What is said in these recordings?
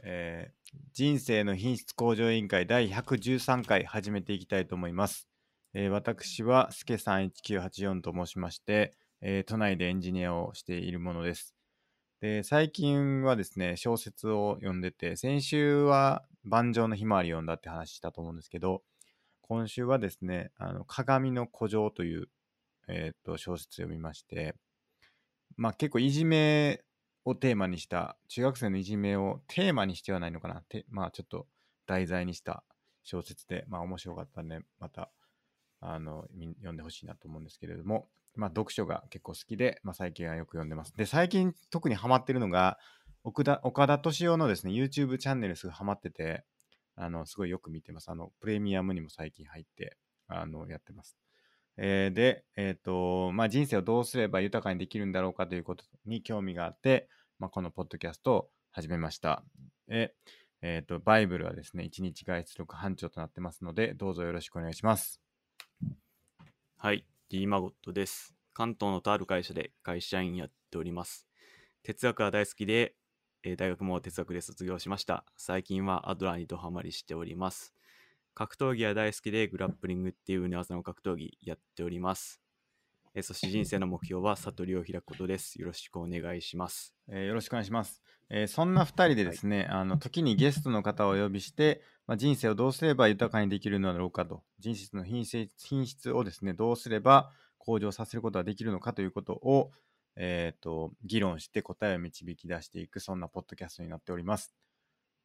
えー人生の品質向上委員会第113回始めていきたいと思います。えー私はすけさん1984と申しまして、えー都内でエンジニアをしているものです。で最近はですね小説を読んでて先週は「盤上のひまわり」を読んだって話したと思うんですけど今週はですね「あの鏡の古城」という、えーっと小説を読みましてまあ結構いじめをテーマにした中学生のいじめをテーマにしてはないのかなてまあちょっと題材にした小説でまあ面白かったんでまたあのみん読んでほしいなと思うんですけれどもまあ読書が結構好きで、まあ、最近はよく読んでますで最近特にハマってるのが奥田岡田敏夫のですね YouTube チャンネルすごいハマっててあのすごいよく見てますあのプレミアムにも最近入ってあのやってますえーで、えっ、と、まあ、人生をどうすれば豊かにできるんだろうかということに興味があって、まあ、このポッドキャストを始めました。ええーと、バイブルはですね、一日外出力班長となってますので、どうぞよろしくお願いします。はい、D マゴットです。関東のとある会社で会社員やっております。哲学は大好きで、えー大学も哲学で卒業しました。最近はアドラーにドハマりしております。格闘技は大好きで、グラップリングっていう寝技の格闘技やっております。えーそして人生の目標は悟りを開くことです。よろしくお願いします。えーよろしくお願いします。えーそんな2人でですね、あの時にゲストの方をお呼びして、まあ、人生をどうすれば豊かにできるのだろうかと、人生の品質品質をですね、どうすれば向上させることができるのかということを、えーと議論して答えを導き出していく、そんなポッドキャストになっております。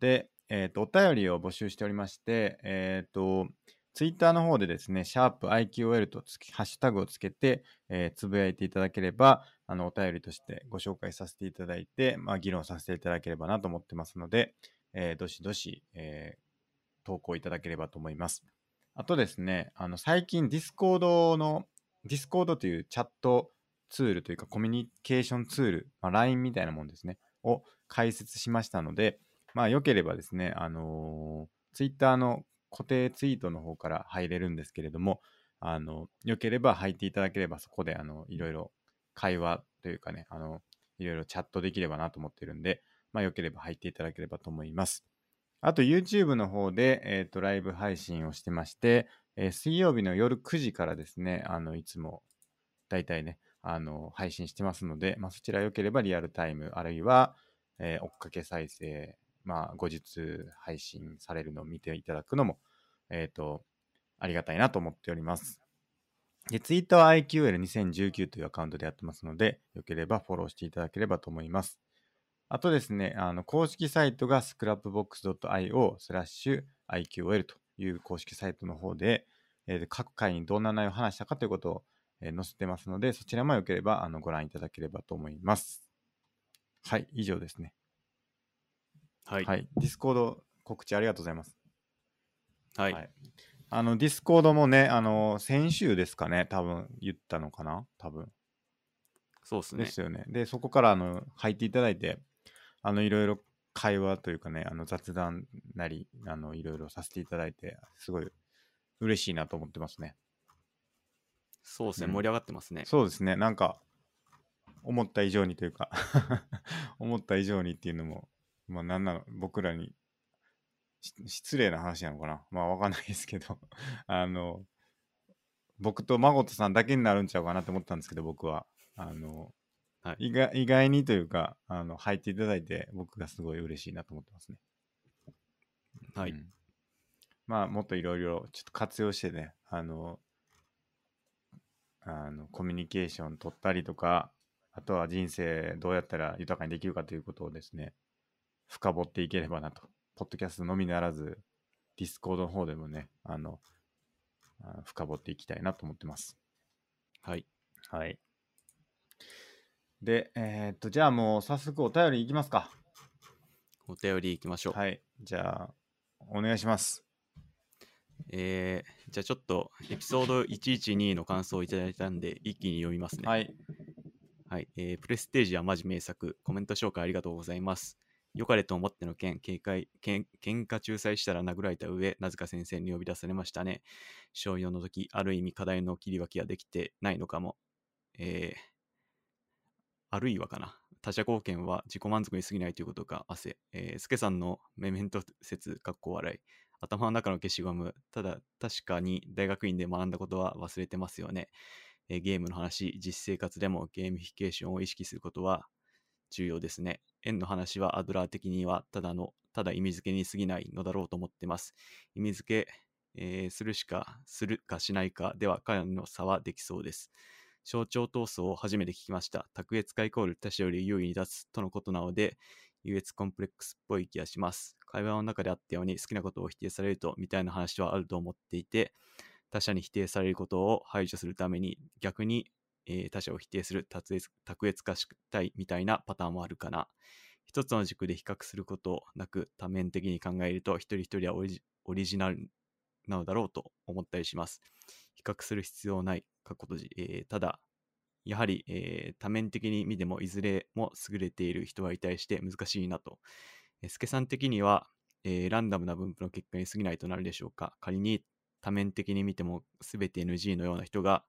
で、えーとお便りを募集しておりまして、えーとツイッターの方でですね、シャープ i q l とつきハッシュタグをつけて、えーつぶやいていただければ、あの、お便りとしてご紹介させていただいて、まあ、議論させていただければなと思ってますので、えーどしどし、えー投稿いただければと思います。あとですね、あの、最近、ディスコードの、ディスコードというチャットツールというか、コミュニケーションツール、まあ、LINE みたいなもんですね、を開設しましたので、まあ、よければですね、あのツイッター Twitter の固定ツイートの方から入れるんですけれども、あの、よければ入っていただければ、そこで、あの、いろいろ会話というかね、あの、いろいろチャットできればなと思ってるんで、まあ、よければ入っていただければと思います。あと、YouTube の方で、えっ、と、ライブ配信をしてまして、えー水曜日の夜9時からですね、あの、いつも、だいたいね、あの、配信してますので、まあ、そちらよければリアルタイム、あるいは、えー追っかけ再生、まあ、後日配信されるのを見ていただくのも、えっ、と、ありがたいなと思っております。で、ツイートは IQL2019 というアカウントでやってますので、よければフォローしていただければと思います。あとですね、あの公式サイトが scrapbox.io スラッシュ IQL という公式サイトの方で、えー各回にどんな内容を話したかということを、えー載せてますので、そちらもよければあのご覧いただければと思います。はい、以上ですね。はい。ははい。い、ディスコード告知ありがとうございます。はいはいあの、ディスコードもね、あの、先週ですかね、多分言ったのかな多分。そうですでねす。よね。で、そこからあの入っていただいて、あのいろいろ会話というかね、あの雑談なり、あのいろいろさせていただいて、すごい嬉しいなと思ってますね。そうですね。うん盛り上がってますね。そうですね、なんか、思った以上にというか、 思った以上にっていうのも、まあ、なんなの、僕らに、し失礼な話なのかなまあ、わかんないですけど、 あの、僕と孫とさんだけになるんちゃうかなって思ったんですけど、僕は。あの、はい意外意外にというか、あの、入っていただいて、僕がすごい嬉しいなと思ってますね。はい。うんまあ、もっといろいろちょっと活用してね、あの、あのコミュニケーション取ったりとか、あとは人生どうやったら豊かにできるかということをですね、深掘っていければなと。ポッドキャストのみならず、ディスコードの方でもね、あの、あ深掘っていきたいなと思ってます。はい。はい。で、えーっと、じゃあもう早速お便りいきますか。お便り行きましょう。はい。じゃあ、お願いします。えーじゃあちょっとエピソード112の感想をいただいたんで一気に読みますね。はい。はいえープレステージはマジ名作、コメント紹介ありがとうございます。良かれと思っての件、警戒けん喧嘩仲裁したら殴られた上、なぜか先生に呼び出されましたね。小4の時、ある意味課題の切り分けができてないのかも。えーあるいはかな。他者貢献は自己満足に過ぎないということが汗。えー、スケさんのメメント説、かっこ笑い。頭の中の消しゴム。ただ、確かに大学院で学んだことは忘れてますよね。えーゲームの話、実生活でもゲーミフィケーションを意識することは重要ですね。円の話はアドラー的にはただの、ただ意味付けに過ぎないのだろうと思ってます。意味付け、えーするしか、するかしないかでは彼らの差はできそうです。象徴闘争を初めて聞きました。卓越化イコール他者より優位に立つとのことなので、優越コンプレックスっぽい気がします。会話の中であったように好きなことを否定されるとみたいな話はあると思っていて、他者に否定されることを排除するために逆に、えー他者を否定する卓越卓越化したいみたいなパターンもあるかな。一つの軸で比較することなく多面的に考えると一人一人はオリジオリジナルなのだろうと思ったりします。比較する必要ない、かっこ閉じえーただ、やはり、えー多面的に見てもいずれも優れている人はに対して難しいなと。えー、助さん的には、えーランダムな分布の結果に過ぎないとなるでしょうか。仮に多面的に見ても全て NG のような人が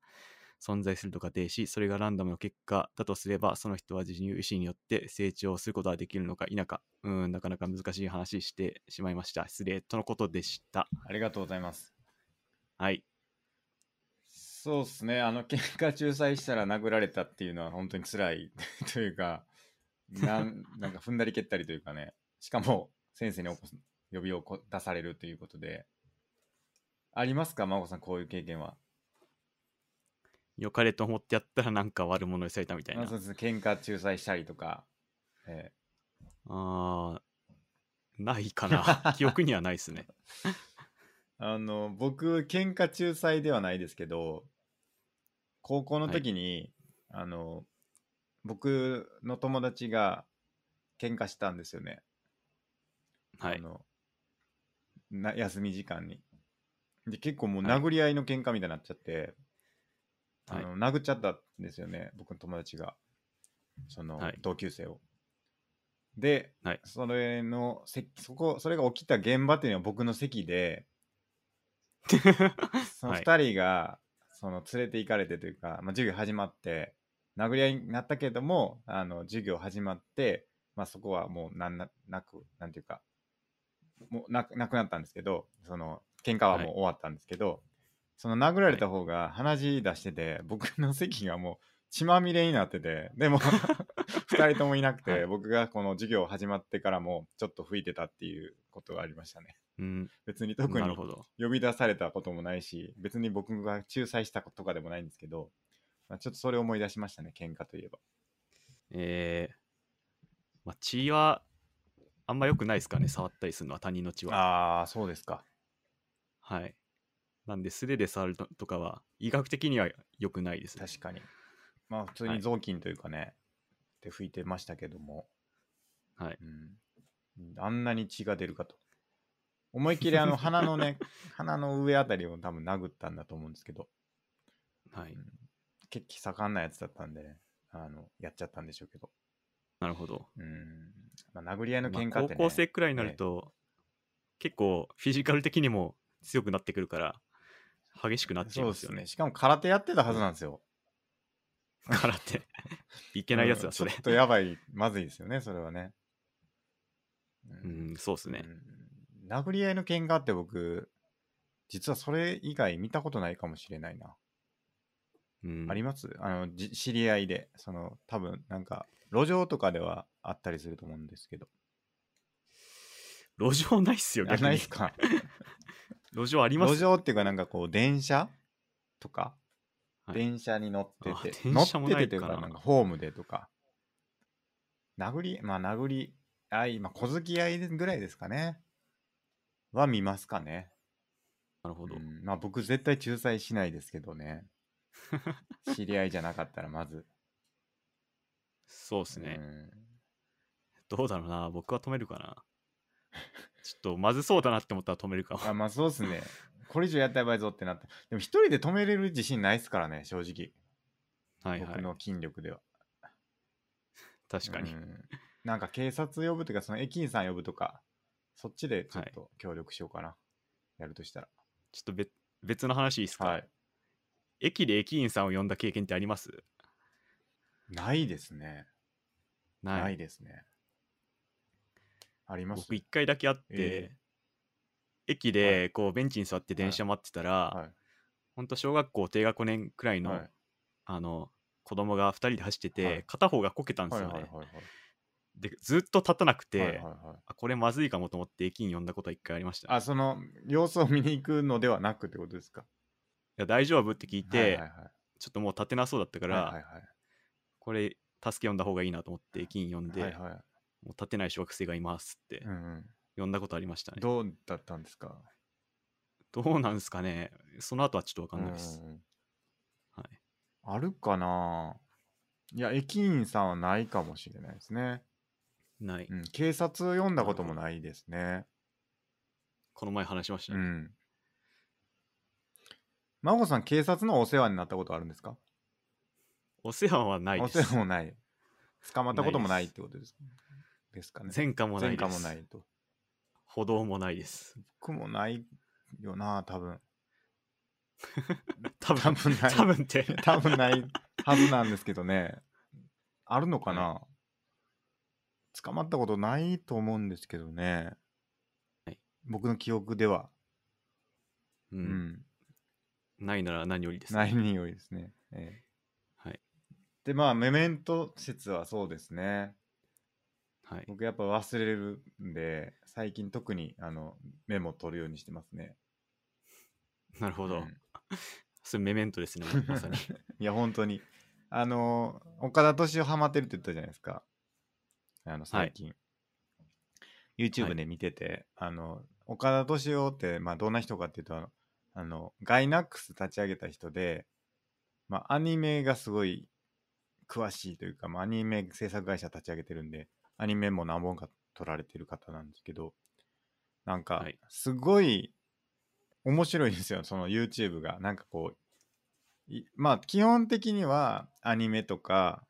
存在すると仮定し、それがランダムの結果だとすれば、その人は自由意志によって成長することができるのか否か、うーん、なかなか難しい話してしまいました。失礼とのことでした。ありがとうございます。はい。そうですね、あの喧嘩仲裁したら殴られたっていうのは本当に辛い というか、なんなんか踏んだり蹴ったりというかね、しかも先生に起こす呼びをこ出されるということで、ありますか、真子さん、こういう経験は。良かれと思ってやったらなんか悪者にされたみたいな。あそうです喧嘩仲裁したりとか、えあーない かな。記憶にはないですね。ーあの僕、喧嘩仲裁ではないですけど、高校の時に、あの僕の友達が喧嘩したんですよね。はあい。のな休み時間にで結構もう殴り合いの喧嘩みたいになっちゃって、はいあの殴っちゃったんですよね僕の友達がその、はい同級生をで、はいそれの席そこそれが起きた現場っていうのは僕の席でそのはい2人がその連れて行かれてというか、まあ、授業始まって殴り合いになったけれどもあの授業始まって、まあ、そこはもうなんななくなんていうかもうなくなくなったんですけどその喧嘩はもう終わったんですけど、その殴られた方が鼻血出してて、僕の席がもう血まみれになっててで も2人ともいなくて、はい僕がこの授業始まってからもちょっと吹いてたっていうことがありましたね うん、別に特なにるほど。呼び出されたこともないし別に僕が仲裁したとかでもないんですけど、まあ、ちょっとそれを思い出しましたね喧嘩といえばえー、まあ、血はあんま良くないですからね、触ったりするのは他人の血は。ああそうですかはい。なんで素手で触るととかは医学的には良くないですね。確かにまあ普通はにい雑巾というかね、で拭いてましたけども、はいうん、あんなに血が出るかと思いっきりあの 鼻のね鼻の上あたりを多分殴ったんだと思うんですけどはい。血気盛んなやつだったんでねあのやっちゃったんでしょうけどなるほど。うん、まあ、殴り合いのまあ喧嘩っ高てね、校生くらいになると、結構フィジカル的にも強くなってくるから、激しくなっちゃいそうまですすよねね。。しかも空手やってたはずなんですよ。空 手。いけないやつうんだ、それちょっ。とやばい、まずいですよね、それはね。うう。ん、そうですね。うん殴り合いの喧嘩って僕、実はそれ以外見たことないかもしれないな。うんありますあのじ知り合いで、その多分なんか路上とかではあったりすると思うんですけど。路上ないっすよ、あ逆ないにで。すか路上あります路上っていうかなんかこう電車とか、はい電車に乗ってあて、乗電っ車もてなていとかいうなかなんかホームでとか。殴り、まあ殴り合い、まあ小突き合いぐらいですかね。は見ますかね。なるほど。うんまあ僕絶対仲裁しないですけど ね。知り合いじゃなかったらまず。そうですねう、んどうだろうな。僕は止めるかな。ちょっとまずそうだなって思ったら止めるか も。あまあそうですね。これ以上やったらやばいぞってなって。でも一人で止めれる自信ないですからね、正直。はいは僕い。の筋力では。確かに。うんなんか警察呼ぶとか、その駅員さん呼ぶとか、そっちでちょっと協力しようかな。やるとしたら。ちょっと別別の話いいですか、はい。駅で駅員さんを呼んだ経験ってありますないですね。ないないですね。あります僕一回だけあって、え駅はでこうベンチに座って電車待ってたら、はいほんと小学校低学年くらいの、はいあの子供が2人で走ってて、はい片方がこけたんではすいよね、はいはいはい。でずっと立たなくて、はいはいはいあこれまずいかもと思って駅員呼んだことは一回ありましたいあ、その、様子を見に行くのではなくってことですか。や大丈夫って聞いて、はいはいはいちょっともう立てなそうだったから、はいはいはいこれ助け呼んだ方がいいなと思って駅員呼んで、はいはもう立てない小学生がいますってい。うんうん。呼んだことありましたね、どうだったんですかどうなんですかねその後はちょっとわかんないです、うんうんうんはい、あるかないや、駅員さんはないかもしれないですね。ない、うん、警察を読んだこともないですね。この前話しましたうね、ん。真帆さん、警察のお世話になったことあるんですかお世話はないおで世す話もない。捕まったこともないってことです。ですかね。前科もな前いです科もないと。歩道もな いです僕もないよな、多分。 多多分分ない多分って多分ないはずなんですけどね。あるのかな、捕まったことないと思うんですけどね。はい僕の記憶では、うんうん、ないなら何よりです、ないによりですね。ええはいで、まあ、メメント説はそうですね。はい、僕やっぱ忘れるんで、最近特にあのメモ取るようにしてますね。なるほうど、んそれメメン トですねまさにいや、本当に。あの、岡田敏夫ハマってるって言ったじゃないですか。あの、最近。YouTube で見てて、あの、岡田敏夫って、まあ、どんな人かっていうと、あの、あのガイナックス立ち上げた人で、まあ、アニメがすごい詳しいというか、まあ、アニメ制作会社立ち上げてるんで、アニメも何本か撮られてる方なんですけど、なんかはい、すごい面白いんですよ、その YouTube が。なんかこう、いまあ、基本的にはアニメとか、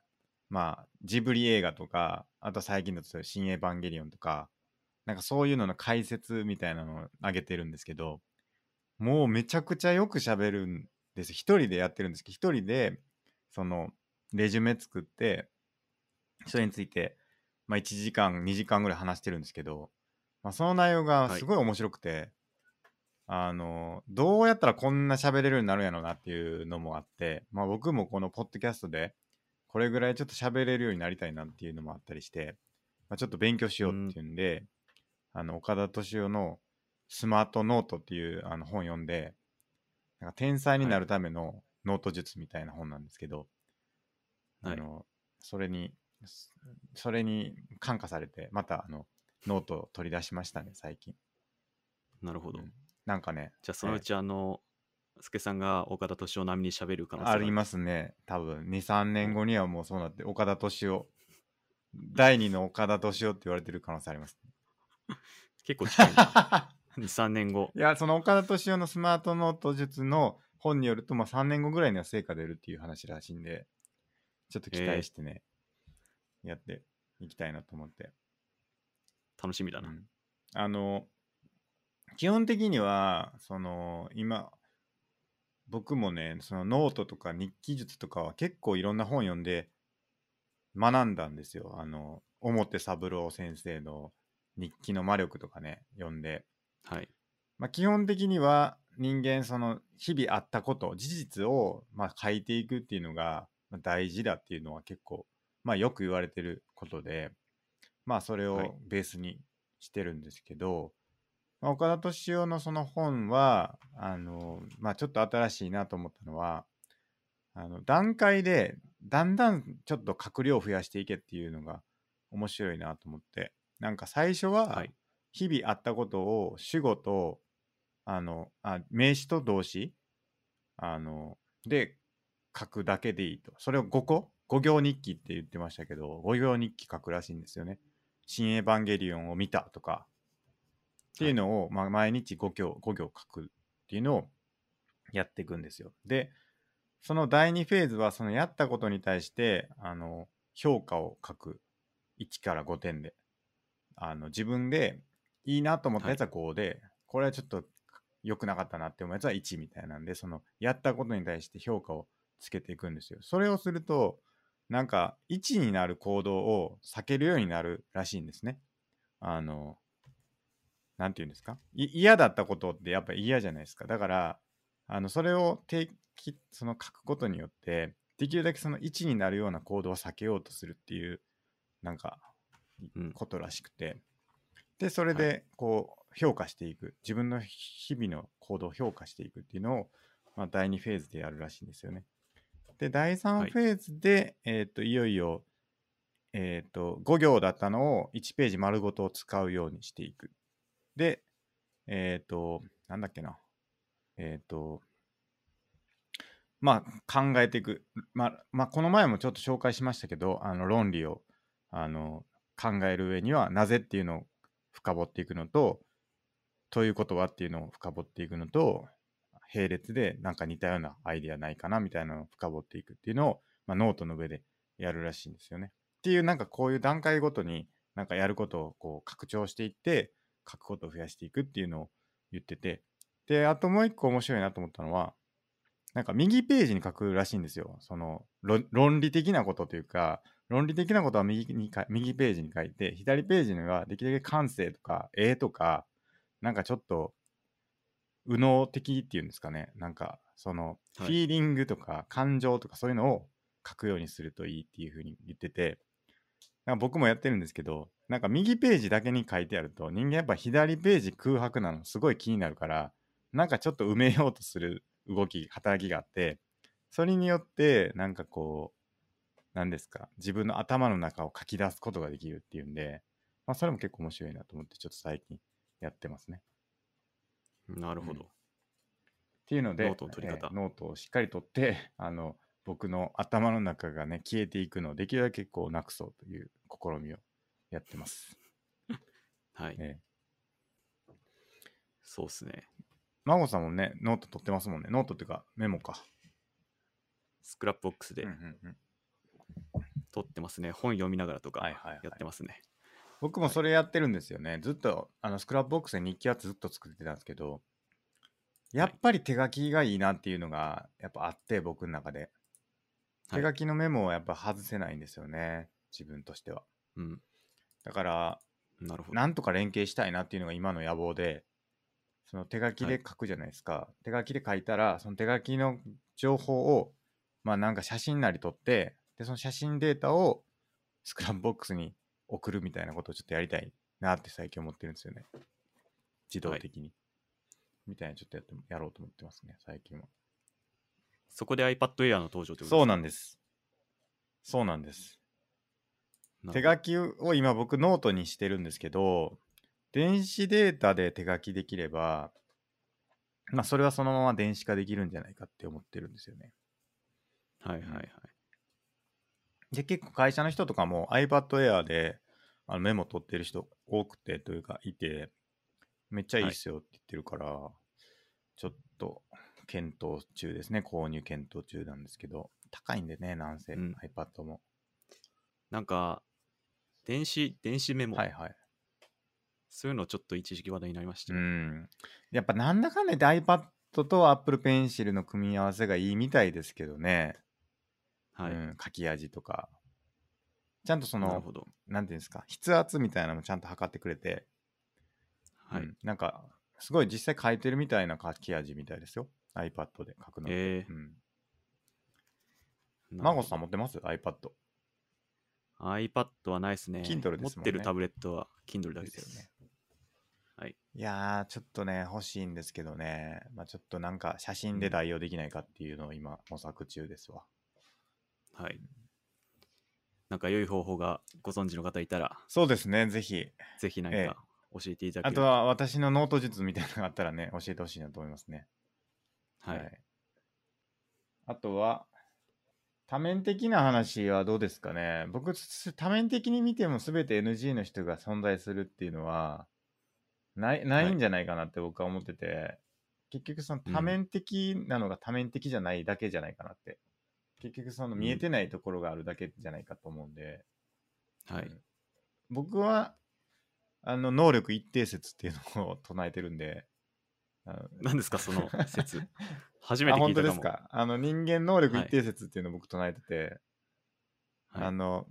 まあ、ジブリ映画とか、あと最近だと、新エヴァンゲリオンとか、なんかそういうのの解説みたいなのを上げてるんですけど、もうめちゃくちゃよく喋るんです。一人でやってるんですけど、一人で、その、レジュメ作って、それについて、まあ、1時間、2時間ぐらい話してるんですけど、まあ、その内容がすごい面白くて、あの、どうやったらこんな喋れるようになるんやろうなっていうのもあって、まあ、僕もこのポッドキャストで、これぐらいちょっと喋れるようになりたいなっていうのもあったりして、まあ、ちょっと勉強しようっていうんで、あの、岡田敏夫のスマートノートっていうあの本読んで、なんか天才になるためのノート術みたいな本なんですけど、はいあの、それに、そそれに感化されて、またあの、ノートを取り出しましたね、最近。なるほど、うんなんかね、じゃあそのうちあの、スケさんが岡田敏夫並みに喋る可能性がありますすね。多分、2、3年後にはもうそうなって、岡田敏夫。第2の岡田敏夫って言われてる可能性あります。 結構近い な23年後いや、その岡田敏夫のスマートノート術の本によると、まあ3年後ぐらいには成果出るっていう話らしいんで、ちょっと期待してね、やっていきたいなと思って。楽しみだな、うんあの基本的にはその今僕もねそのノートとか日記術とかは結構いろんな本読んで学んだんですよあの表三郎先生の日記の魔力とかね読んで、はいまあ、基本的には人間その日々あったこと事実をまあ書いていくっていうのがまあ大事だっていうのは結構まあよく言われてることでまあそれはいをベースにしてるんですけど、まあ、岡田敏夫のその本はあのまあちょっと新しいなと思ったのはあの段階でだんだんちょっと閣僚を増やしていけっていうのが面白いなと思ってなんか最初は、はい日々あったことを主語とあのあ名詞と動詞あので書くだけでいいとそれを5個5行日記って言ってましたけど5行日記書くらしいんですよね「新エヴァンゲリオンを見た」とかっていうのを、まあ、毎日5行5行書くっていうのをやっていくんですよでその第2フェーズはそのやったことに対してあの評価を書く1から5点であの自分でいいなと思ったやつは5で、これはちょっと良くなかったなって思うやつは1みたいなんでそのやったことに対して評価をつけていくんですよそれをするとなんか1になる行動を避けるようになるらしいんですね。あの、なんていうんですかい嫌だったことってやっぱ嫌じゃないですか。だから、あのそれを定期、その書くことによって、できるだけその1になるような行動を避けようとするっていう、なんかうんことらしくて、で、それでこう評価していく、自分の日々の行動を評価していくっていうのを、まあ、第2フェーズでやるらしいんですよね。で、第はい3フェーズで、い、えっと、いよいよ、えっと、5行だったのを1ページ丸ごと使うようにしていく。で、えっと、なんだっけな。えっと、まあ、考えていく。まあ、まあ、この前もちょっと紹介しましたけど、あの、論理を、あの、考える上には、なぜっていうのを深掘っていくのと、ということはっていうのを深掘っていくのと、並列でなんか似たようなアイデアないかなみたいなのを深掘っていくっていうのを、まあ、ノートの上でやるらしいんですよね。っていうなんかこういう段階ごとになんかやることをこう拡張していって書くことを増やしていくっていうのを言っててであともう一個面白いなと思ったのはなんか右ページに書くらしいんですよその論論理的なことというか論理的なことは右にか右ページに書いて左ページにはできるだけ感性とか絵とかなんかちょっと右脳的っていうんですかねなんかそのはフいィーリングとか感情とかそういうのを書くようにするといいっていうふうに言っててなんか僕もやってるんですけどなんか右ページだけに書いてあると人間やっぱ左ページ空白なのすごい気になるからなんかちょっと埋めようとする動き働きがあってそれによってなんかこう何ですか自分の頭の中を書き出すことができるっていうんで、まあ、それも結構面白いなと思ってちょっと最近やってますね。なるほど。っていうのでノートの取り方えーノートをしっかり取ってあの僕の頭の中がね消えていくのをできるだけこうなくそうという試みをやってます。はい。ええそうっすね。真帆さんもねノート取ってますもんねノートっていうかメモか。スクラップボックスでうんうんうん撮ってますね。本読みながらとかはいはいはいやってますね。僕もそれやってるんですよね。ずっと、あの、スクラップボックスで日記はずっと作ってたんですけど、やっぱり手書きがいいなっていうのが、やっぱあって、僕の中で。はい手書きのメモをやっぱ外せないんですよね。自分としては。うん。だから、なるほど。なんとか連携したいなっていうのが今の野望で、その手書きで書くじゃないですか。手書きで書いたら、その手書きの情報を、まあなんか写真なり撮って、で、その写真データをスクラップボックスに送るみたいなことをちょっとやりたいなって最近思ってるんですよね。自動的に。みたいなちょっとやってもやろうと思ってますね、最近は。そこで iPad Air の登場ってことそうなんんです。そうなんです。な手るほ書きを今僕ノートにしてるんですけど電子データで手書きできればまあそれはそのまま電子化できるんじゃないかって思ってるんですよねどはいはいはい。で結構会社の人とかも iPad Air であのメモ取ってる人多くてというかいてめっちゃいいっすよって言ってるから、ちょっと検討中ですね購入検討中なんですけど高いんでねなんせ、うん iPad もなんか、電子、電子メモ、はいはいそういうのちょっと一時期話題になりましたうね。ん。やっぱなんだかんだ言って iPad と Apple Pencil の組み合わせがいいみたいですけどね。はい、うん、書き味とか。ちゃんとそなるのほ、ど。なんていうんですか、筆圧みたいなのもちゃんと測ってくれて、はい。うんなんか、すごい実際書いてるみたいな書き味みたいですよ。iPad で書くの。えうん。ー、な孫るほどさん持ってます ?iPad。 iPad はないですね。 Kindle ですもんね持ってるタブレットは Kindle だけです。ですよねはい。いやー、ちょっとね、欲しいんですけどね。まあちょっとなんか写真で代用できないかっていうのを今模索中ですわ。はい。なんか良い方法がご存知の方いたら、そうですね、ぜひ。ぜひ何ええか教えていただあけとるとは私のノート術みたいなのがあったらね、 教えてほしいなと思いますね。はい。あとは、多面的な話はどうですかね。僕、す多面的に見ても全て NG の人が存在するっていうのは、ないないんじゃないかなって僕は思ってて、結局そのうん多面的なのが多面的じゃないだけじゃないかなって。結局その見えてないところがあるだけじゃないかと思うんで、はい。僕はあの能力一定説っていうのを唱えてるんであの何ですか、その説。 初めてあ聞本い当たかでも。すかあの人間能力一定説っていうのを僕唱えてて、はいあの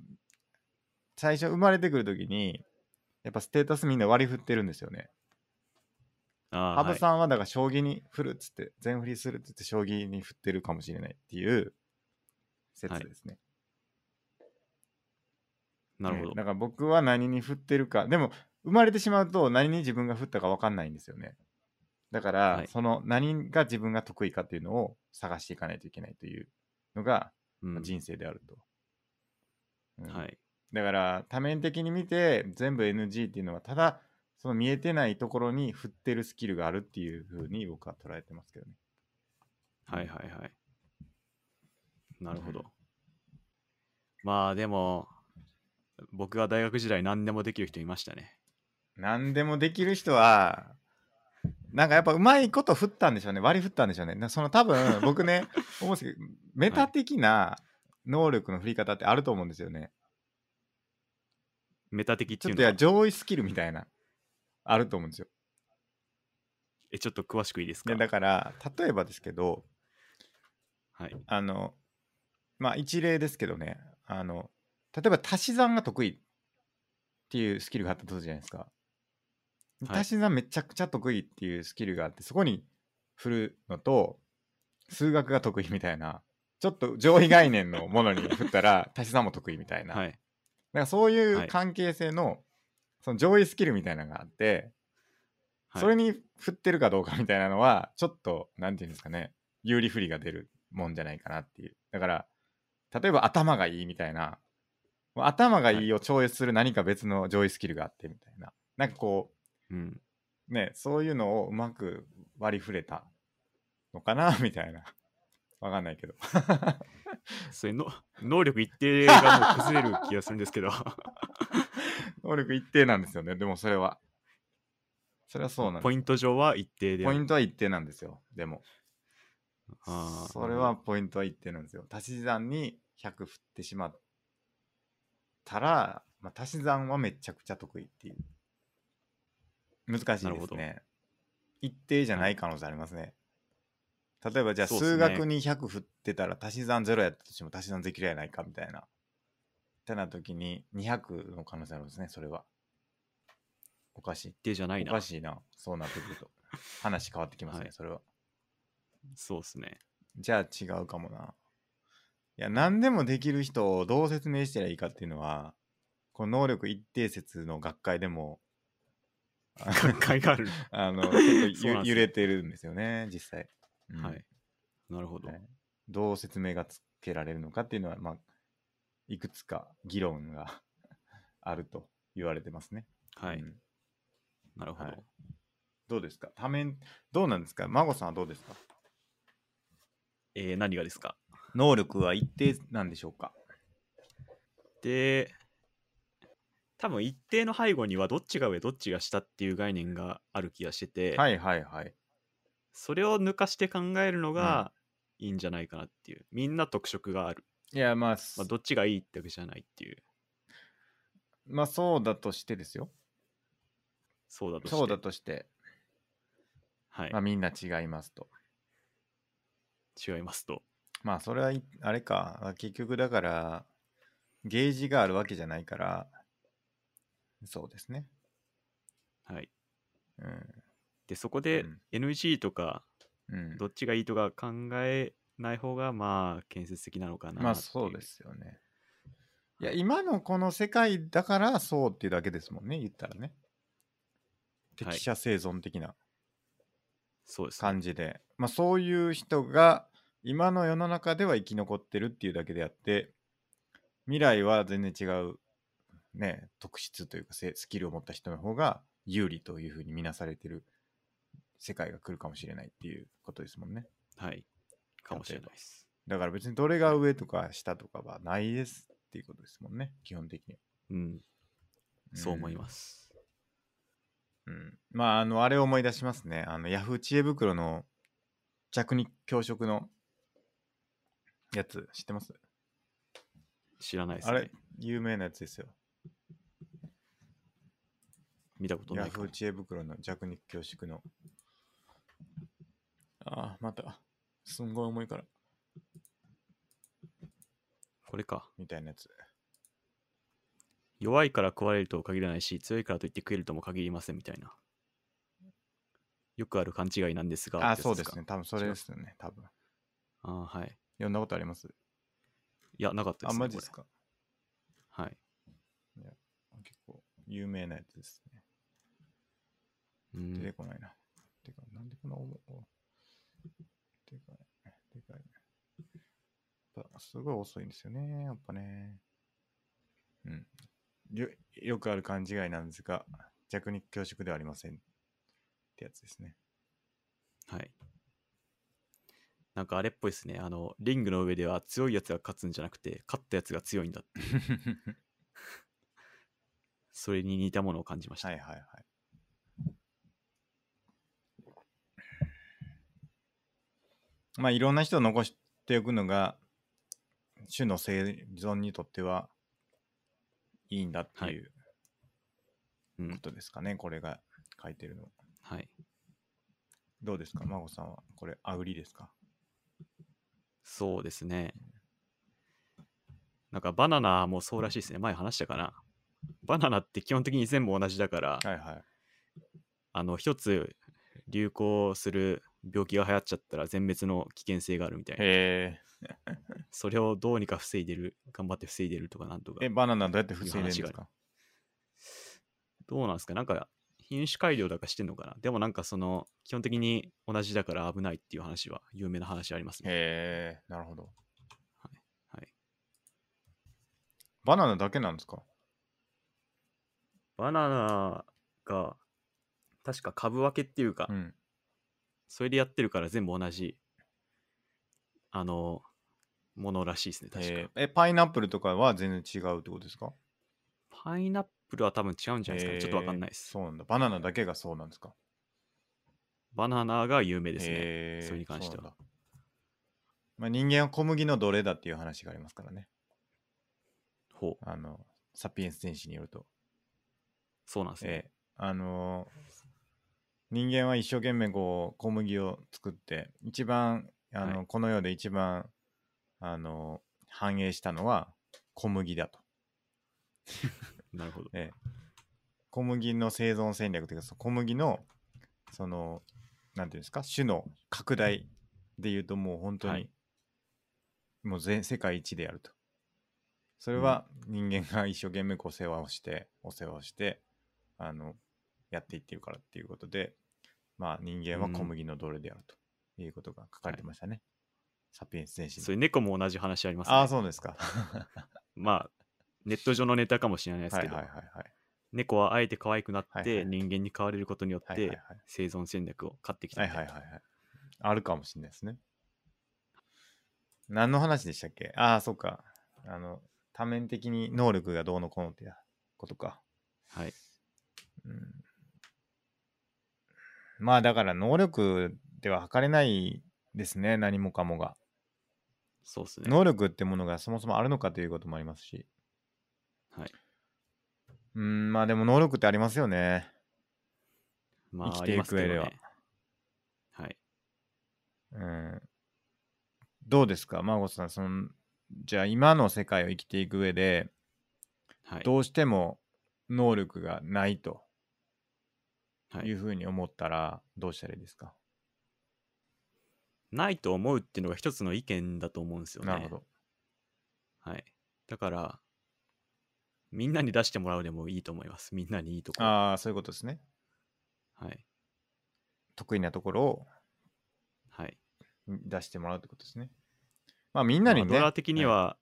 最初生まれてくる時にやっぱステータスみんな割り振ってるんですよね。羽あーは生いさんはだから将棋に振るっつって全振りするっつって将棋に振ってるかもしれないっていう説ですね。なるほうんどだ。から僕は何に振ってるかでも生まれてしまうと何に自分が振ったか分かんないんですよね。だから、はいその何が自分が得意かっていうのを探していかないといけないというのが、うんまあ人生であると。うんはい。だから多面的に見て全部 NG っていうのはただその見えてないところに振ってるスキルがあるっていうふうに僕は捉えてますけどね。はいはいはい。なるほど。まあでも、僕が大学時代何でもできる人いましたね。何でもできる人はなんかやっぱうまいこと振ったんでしょうね割り振ったんでしょうねなその多 分僕ね思うんですけどメタ的な能力の振り方ってあると思うんですよね、メタ的っちていょっうとのいはや上位スキルみたいなあると思うんですよえちょっと詳しくいいですかでだから例えばですけどはい。あのまあ一例ですけどねあの例えば足し算が得意っていうスキルがあったとするじゃないですか、はい足し算めちゃくちゃ得意っていうスキルがあってそこに振るのと数学が得意みたいなちょっと上位概念のものに振った ら足し算も得意みたいな,、はい。なんかそういはうい関係性のその上位スキルみたいなのがあって、はいそれに振ってるかどうかみたいなのはちょっとなんていうんですかね有利不利が出るもんじゃないかなっていうだから例えば頭がいいみたいなもう頭がいいを超越する何か別の上位スキルがあってみたいななんかこうん。うねそういうのをうまく割り振れたのかなみたいな わかんないけど それの能力一定がもう崩れる気がするんですけど能力一定なんですよねでもそれはそれはそうなんポでイすント上は一定であポるイントは一定なんですよでもあーそれはポイントは一定なんですよ。足し算に100振ってしまったら、まあ、足し算はめちゃくちゃ得意っていう。難しいなるでほすどね。一定じゃない可能性ありますね。例えばじゃあそうっ数すね学に100振ってたら足し算0やったとしても足し算できるやないかみたいな。ってな時に200の可能性あるんですね、それは。おかしい。一定じゃないおかなしいな、そうなってくる と。話変わってきますね、はいそれは。そうですね じゃあ違うかもな。いや、何でもできる人をどう説明したらいいかっていうのは、この能力一定説の学会でも、あ学会がある、あの、ちょっとゆ そうなんですよ揺れてるんですよね、実際。うんはいなるほど、はいどう説明がつけられるのかっていうのは、まあ、いくつか議論が あると言われてますね。はういんなるほど、はいどうですか多面、どうなんですか孫さんはどうですかえー何がですか能力は一定なんでしょうかで多分一定の背後にはどっちが上どっちが下っていう概念がある気がしてて、はいはいはい。それを抜かして考えるのがいいんじゃないかなっていうみんな特色がある、いや、まあ、まあ、どっちがいいってわけじゃないっていうまあそうだとしてですよ。そうだとしてそうだとして、はい、まあみんな違いますと。違いますとまあそれはいあれか、結局だから、ゲージがあるわけじゃないから、そうですね。はいうん。でそこでうん NG とかうん、どっちがいいとか考えない方がまあ建設的なのかなまあっていそうですよね。いや、はい今のこの世界だからそうっていうだけですもんね、言ったらね。はい適者生存的なそうですね感じで、まあそういう人が今の世の中では生き残ってるっていうだけであって未来は全然違うね特質というかせスキルを持った人の方が有利というふうに見なされてる世界が来るかもしれないっていうことですもんねはいかもしれないですだから別にどれが上とか下とかはないですっていうことですもんね基本的にはうんそう思いすます、うん、まああのあれを思い出しますねあのヤフー知恵袋の弱肉強食のやつ知ってます知らないですあねれ有名なやつですよ見たことヤないかフもー知恵袋の弱肉強食のああまたすんごい重いからこれかみたいなやつ弱いから食われるとは限らないし、強いからといって食えるとも限りませんみたいな。よくある勘違いなんですが。あ、ってそやうつですかね。。多分それですよね。多分あーはい。読んだことありますいや、なかったであ、す、ね。マジですかこれはい。結構有名なやつですね。う出てん、こないな。てか、なんでこんな重いでかい。でかい。やっぱすごい遅いんですよね。やっぱね。うん。よよくある勘違いなんですが、弱肉強食ではありません。ってやつです ね。はい。なんかあれっぽいですね。あの、リングの上では強いやつが勝つんじゃなくて、勝ったやつが強いんだって。それに似たものを感じました。はいはいはい。まあいろんな人を残しておくのが種の生存にとってはいいんだってはいいううこん。とですかね、これが書いてるの。はい。どうですか、真帆さんは。これ、あぐりですかそうですね。なんかバナナもそうらしいですね。前話したかな。バナナって基本的に全部同じだから、はいはい。あの、一つ流行する病気が流行っちゃったら全滅の危険性があるみたいな。へそれをどうにか防いでる、頑張って防いでるとかなんとかえ、。バナナどうやって防いでるんですいう話かどうなんですかなんか品種改良だかしてんのかなでもなんかその、基本的に同じだから危ないっていう話は、有名な話ありますね。へえ、なるほど。はい。バナナだけなんですかバナナが、確か株分けっていうか、うん。それでやってるから全部同じ、あの、ものらしいですね、確か。へええ、パイナップルとかは全然違うってことですかパイナップルは多分違うんじゃないですかね。ちょっとわかんないでへーす。そうなんだ。バナナだけがそうなんですか。バナナが有名ですね。へーそれに関してそうはなんだまあ、人間は小麦の奴隷だっていう話がありますからね。ほう。あの、サピエンス全史によると。そうなんですね。ええあのー人間は一生懸命こう小麦を作って、一番、あのはこの世で一番、あの繁栄したのは小麦だと。なるほど。ええ小麦の生存戦略というかその小麦のそのなんていうんですか種の拡大でいうともう本当に、はいもう全世界一でやるとそれは人間が一生懸命こう世話をしてお世話をしてあのやっていってるからっていうことでまあ人間は小麦の奴隷であるということが書かれてましたね、サピエンス全史にそれ猫も同じ話ありますね。ああそうですかまあ、ネット上のネタかもしれないですはいはいけど、はいはい猫はあえて可愛くなっはいはてい人間に飼われることによっはいはいはてい生存戦略を買ってきたはみいたはいいなはいはい。あるかもしれないですね。何の話でしたっけああ、そうか。あの、多面的に能力がどうのこうのってことか。はい。うん、まあだから能力では測れないですね、何もかもが。そうですね。能力ってものがそもそもあるのかということもありますし。はい。うん、まあでも能力ってありますよね。まあ、生きていく上ではありますけどね。はい。うんどうですか、孫さん。そのじゃあ今の世界を生きていく上で、はい。どうしても能力がないとはいいうふうに思ったらどうしたらいいですか、ないと思うっていうのが一つの意見だと思うんですよね。なるほど。はい。だから、みんなに出してもらうでもいいと思います。みんなにいいところ。ああ、そういうことですね。はい。得意なところをはい。出してもらうってことですね。まあみんなにまあね。ドラ的には、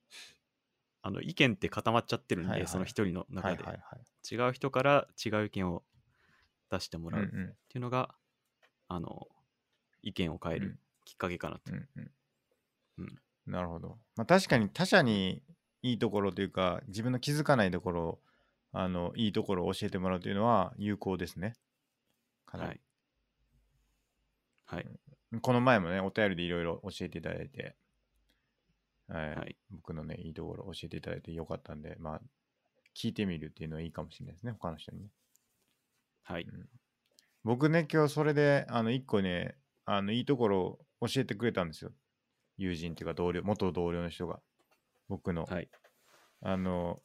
あの、意見って固まっちゃってるんで、はいはいその一人のはい、は中いで、はいはい。違う人から違う意見を出してもうんらううっんていうのが、あの、意見を変えうるんきっかけかなと。うんうんうんなるほど。まあ確かに他者にいいところというか自分の気づかないところをあのいいところを教えてもらうというのは有効ですね。かなりはい。はい。この前もね、お便りでいろいろ教えていただいて、えーはい僕のね、いいところ教えていただいてよかったんで、まあ、聞いてみるっていうのはいいかもしれないですね、他の人にね。はい。僕ね、今日それで、あの、一個ね、あの、いいところを教えてくれたんですよ。友人っていうか、同僚、元同僚の人が、僕の。はい。あの、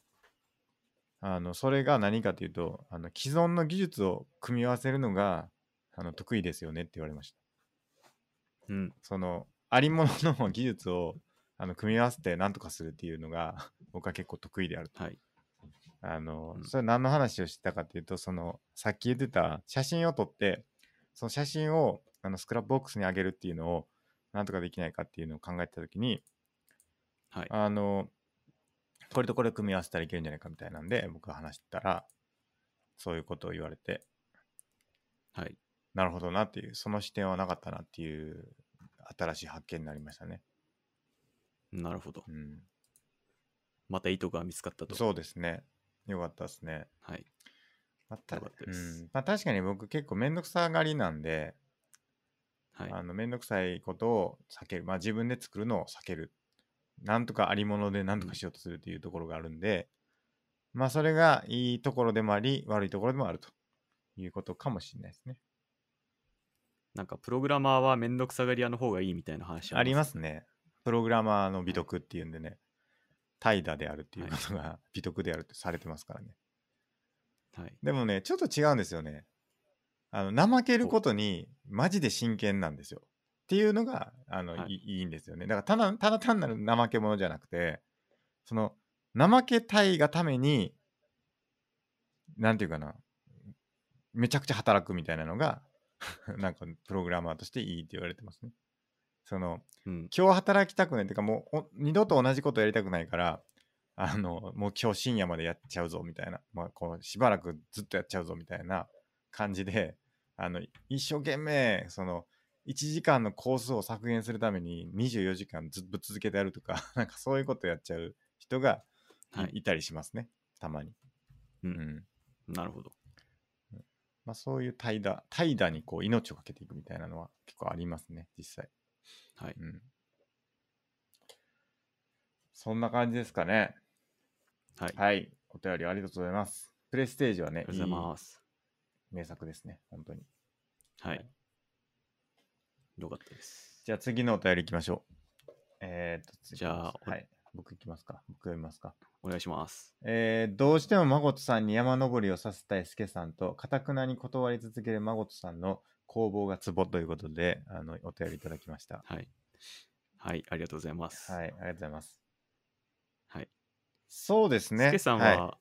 あのそれが何かというとあの既存の技術を組み合わせるのがあの得意ですよねって言われましたうん。そのありものの技術をあの組み合わせて何とかするっていうのが僕は結構得意であるとはい。あの、うんそれは何の話をしてたかっていうとそのさっき言ってた写真を撮ってその写真をあのスクラップボックスにあげるっていうのを何とかできないかっていうのを考えてた時にはい。あの、これとこれ組み合わせたらいけるんじゃないかみたいなんで、僕が話したら、そういうことを言われて、はい。なるほどなっていう、その視点はなかったなっていう、新しい発見になりましたね。なるほどう。ん。またいいとこが見つかったと。そうですね。よかったですね。はい。また、よかったでうすん。まあ確かに僕結構めんどくさがりなんで、はい。あの、めんどくさいことを避ける。まあ自分で作るのを避ける。なんとかありものでなんとかしようとするっていうところがあるんで、まあそれがいいところでもあり、悪いところでもあるということかもしれないですね。なんか、プログラマーはめんどくさがり屋の方がいいみたいな話。ありますすね。プログラマーの美徳っていうんでね、怠惰であるっていうことが美徳であるってされてますからね。はい。でもね、ちょっと違うんですよね。あの、怠けることにマジで真剣なんですよ。っていうのが、あの、、はいいいんですよね。だからただ、ただ単なる怠け者じゃなくて、その、怠けたいがために、なんていうかな、めちゃくちゃ働くみたいなのが、 なんか、プログラマーとしていいって言われてますね。その、うん。今日働きたくないっていうかもうお二度と同じことやりたくないからあのもう今日深夜までやっちゃうぞみたいな、まあ、こうしばらくずっとやっちゃうぞみたいな感じであの一生懸命その1時間のコースを削減するために24時間ずっと続けてやるとか なんかそういうことやっちゃう人がい,、はい。たりしますねたまに、う。うんんなるほど。まあ、そういう怠惰怠惰にこう命をかけていくみたいなのは結構ありますね実際はい。うんそんな感じですかね。はい。はい。お便りありがとうございます。プレステージはあね、りがとうございます。いい名作ですね。本当に。はい。よかったです。じゃあ次のお便り行きましょう。えー、っと、次じゃあおはい。僕行きますか。僕読みますか。お願いします。えーどうしても孫とさんに山登りをさせたいスケさんと、かたくなに断り続ける孫とさんの攻防がツボということで、あの、お便りいただきました。はい。はい。ありがとうございます。はい。ありがとうございます。はい。そうですね。スケさんい、は、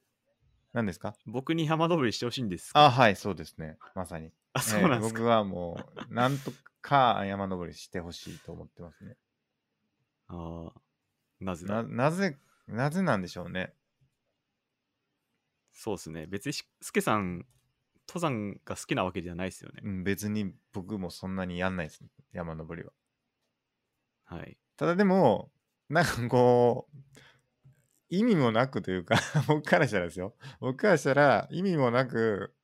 何ですか僕に山登りしてほしいんですかあ、はい、そうですね。まさに。あ、 そうなんえでーすか。僕はもう、なんとか山登りしてほしいと思ってますね。ああ、なぜなだなぜ、なぜなんでしょうね。そうですね。別にし、スケさん、登山が好きなわけじゃないですよねう。ん別に僕もそんなにやんないです、山登りは。はい。ただでも、なんかこう、意味もなくというか、 僕からしたらですよ。僕からしたら、意味もなく、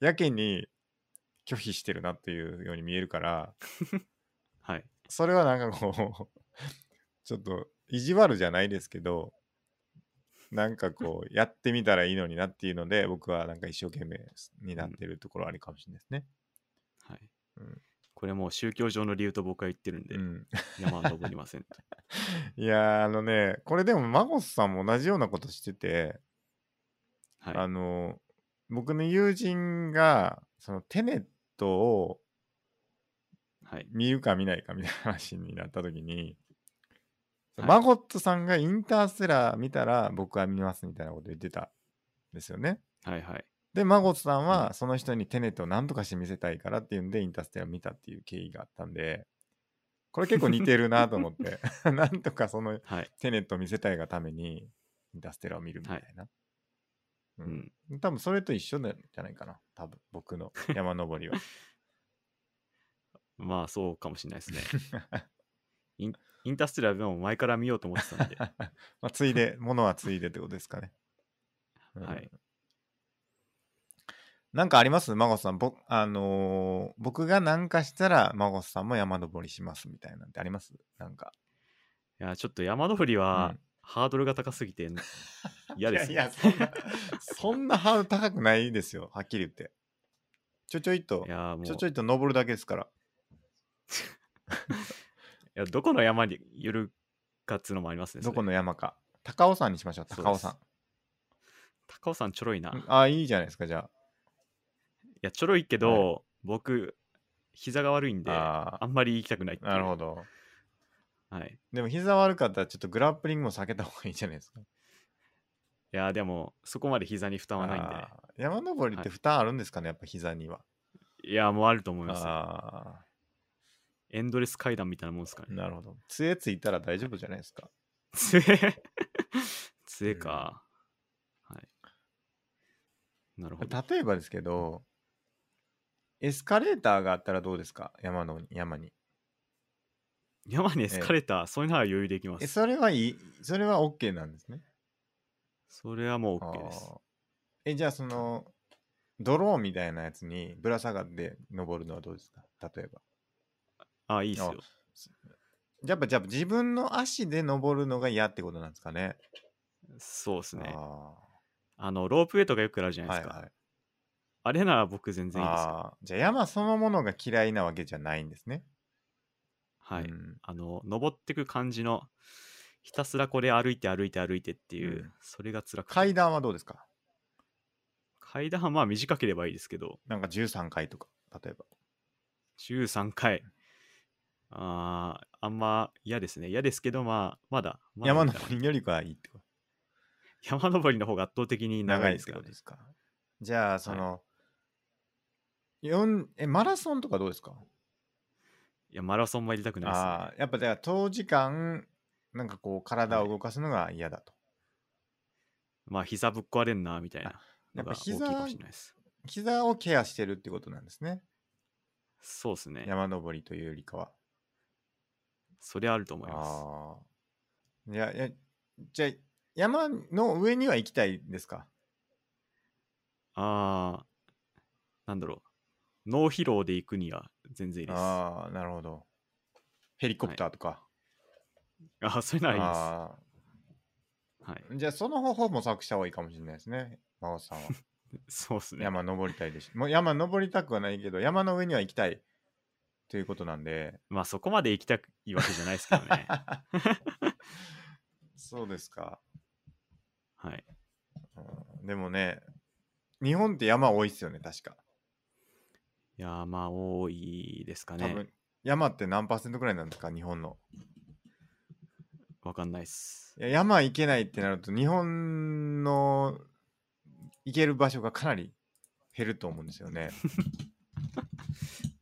やけに拒否してるなっていうように見えるから、はい。それはなんかこう ちょっと意地悪じゃないですけどなんかこ うやってみたらいいのになっていうので僕はなんか一生懸命になってるところあるかもしれないですね。はい。うんこれもう宗教上の理由と僕は言ってるんで、うん、山は登りま せんと。いやーあのねこれでもマゴスさんも同じようなことしてて、あはい。の僕の友人がそのテネットをはい。見るか見ないかみたいな話になった時に、はいマゴットさんがインターステラー見たら僕は見ますみたいなこと言ってたんですよね。はいはい。で、マゴットさんうはその人にテネットを何とかして見せたいからっていうんでインターステラー見たっていう経緯があったんで、これ結構似てるなと思 って、 なんとかそのはい。テネットを見せたいがためにインターステラーを見るみたいな。う。うん多分それと一緒なんじゃないかな。多分僕 の山登りは。。まあ、そうかもしれないですね。インターステラーでも前から見ようと思ってたん でまあ、ついで、ものはついでってことですかね。うんはい。なんかありますマゴスさん。ぼあのー僕がなんかしたら、マゴスさんも山登りしますみたいなんてありますなんか。いや、ちょっと山登りはうんハードルが高すぎて嫌ですね。いやいや、そんな、 そんなハードル高くないですよ。はっきり言って。ちょちょいとい、やもうちょちょいと登るだけですから。いやどこの山によるかっつうのもありますね。どこのの山か。高尾山にしましょう。そうです高尾山。高尾さんちょろいな。いあ、いいじゃないですか、じゃや、ちょろいけど、僕、膝が悪いんで、ああ。あんまり行きたくないあ、なるほど。ど。はい。でも膝悪かったらちょっとグラップリングも避けた方がいいじゃないですか。いや、でも、そこまで膝に負担はないんあー山登りって負担あるんですかね、やっぱ膝には。で。いや、もうあると思いますよ。あエンドレス階段みたいなもんですからあ、 ね。なるほど。杖ついたら大丈夫じゃないですか。杖杖か、はい。なるほど。例えばですけど、エスカレーターがあったらどうですか山の山に。山にエスカレーター、そういうのは余裕で行きまえ、す。それはいい、それは OK なんですね。それはもう OK ですあ。ーえ、じゃあその、ドローンみたいなやつにぶら下がって登るのはどうですか例えば。ああ、いいっすよ。やっぱ、じゃあ自分の足で登るのが嫌ってことなんですかね。そうですね。ああの、ロープウェイとかよくあるじゃーないはいですか。はい。あれなら僕全然いいですよ。あーじゃあ山そのものが嫌いなわけじゃないんですね。はい。うんあの、登ってく感じの、ひたすらこれ歩いて歩いて歩いてっていう、うんそれが辛くて階段はどうですか階段はまあ短ければいいですけど、なんか13回とか、例えば。 13回。あーあんま嫌ですね。嫌ですけど、まあ、まだ。まだ山登りよりかはいいってこと。山登りの方が圧倒的に長長いいでっすてかこらとねで。すか。じゃあ、その、よんえ、マラソンとかどうですかいや、マラソンもやりたくないです、ね。ああ、やっぱだから長時間、なんかこう、体を動かすのが嫌だと。まあ、膝ぶっ壊れんな、みたいなのがやっぱ大きい膝かもしれないです。膝をケアしてるってことなんですね。そうですね。山登りというよりかは。それあると思います。ああ。いや、いや、じゃあ、山の上には行きたいですかああー、なんだろう。脳疲労で行くには全然いいです。あああ、なるほど。ヘリコプターとか。 あー、それならいいです。あはい、あじゃあ、その方法も作した方がいいかもしれないですね。真帆さんは。そうですね。山登りたいです。もう山登りたくはないけど、山の上には行きたいということなん で。まあそこまで行きたくいわけじゃないですけ どね。そうですか。はい。うんでもね、日本って山多いっすよね、確か。いやー、まあ多いですか多ね分。、山って何パーセントぐらいなんですか、日本の。わかんないっす。いや山行けないってなると、日本の行ける場所がかなり減ると思うんですよ ね。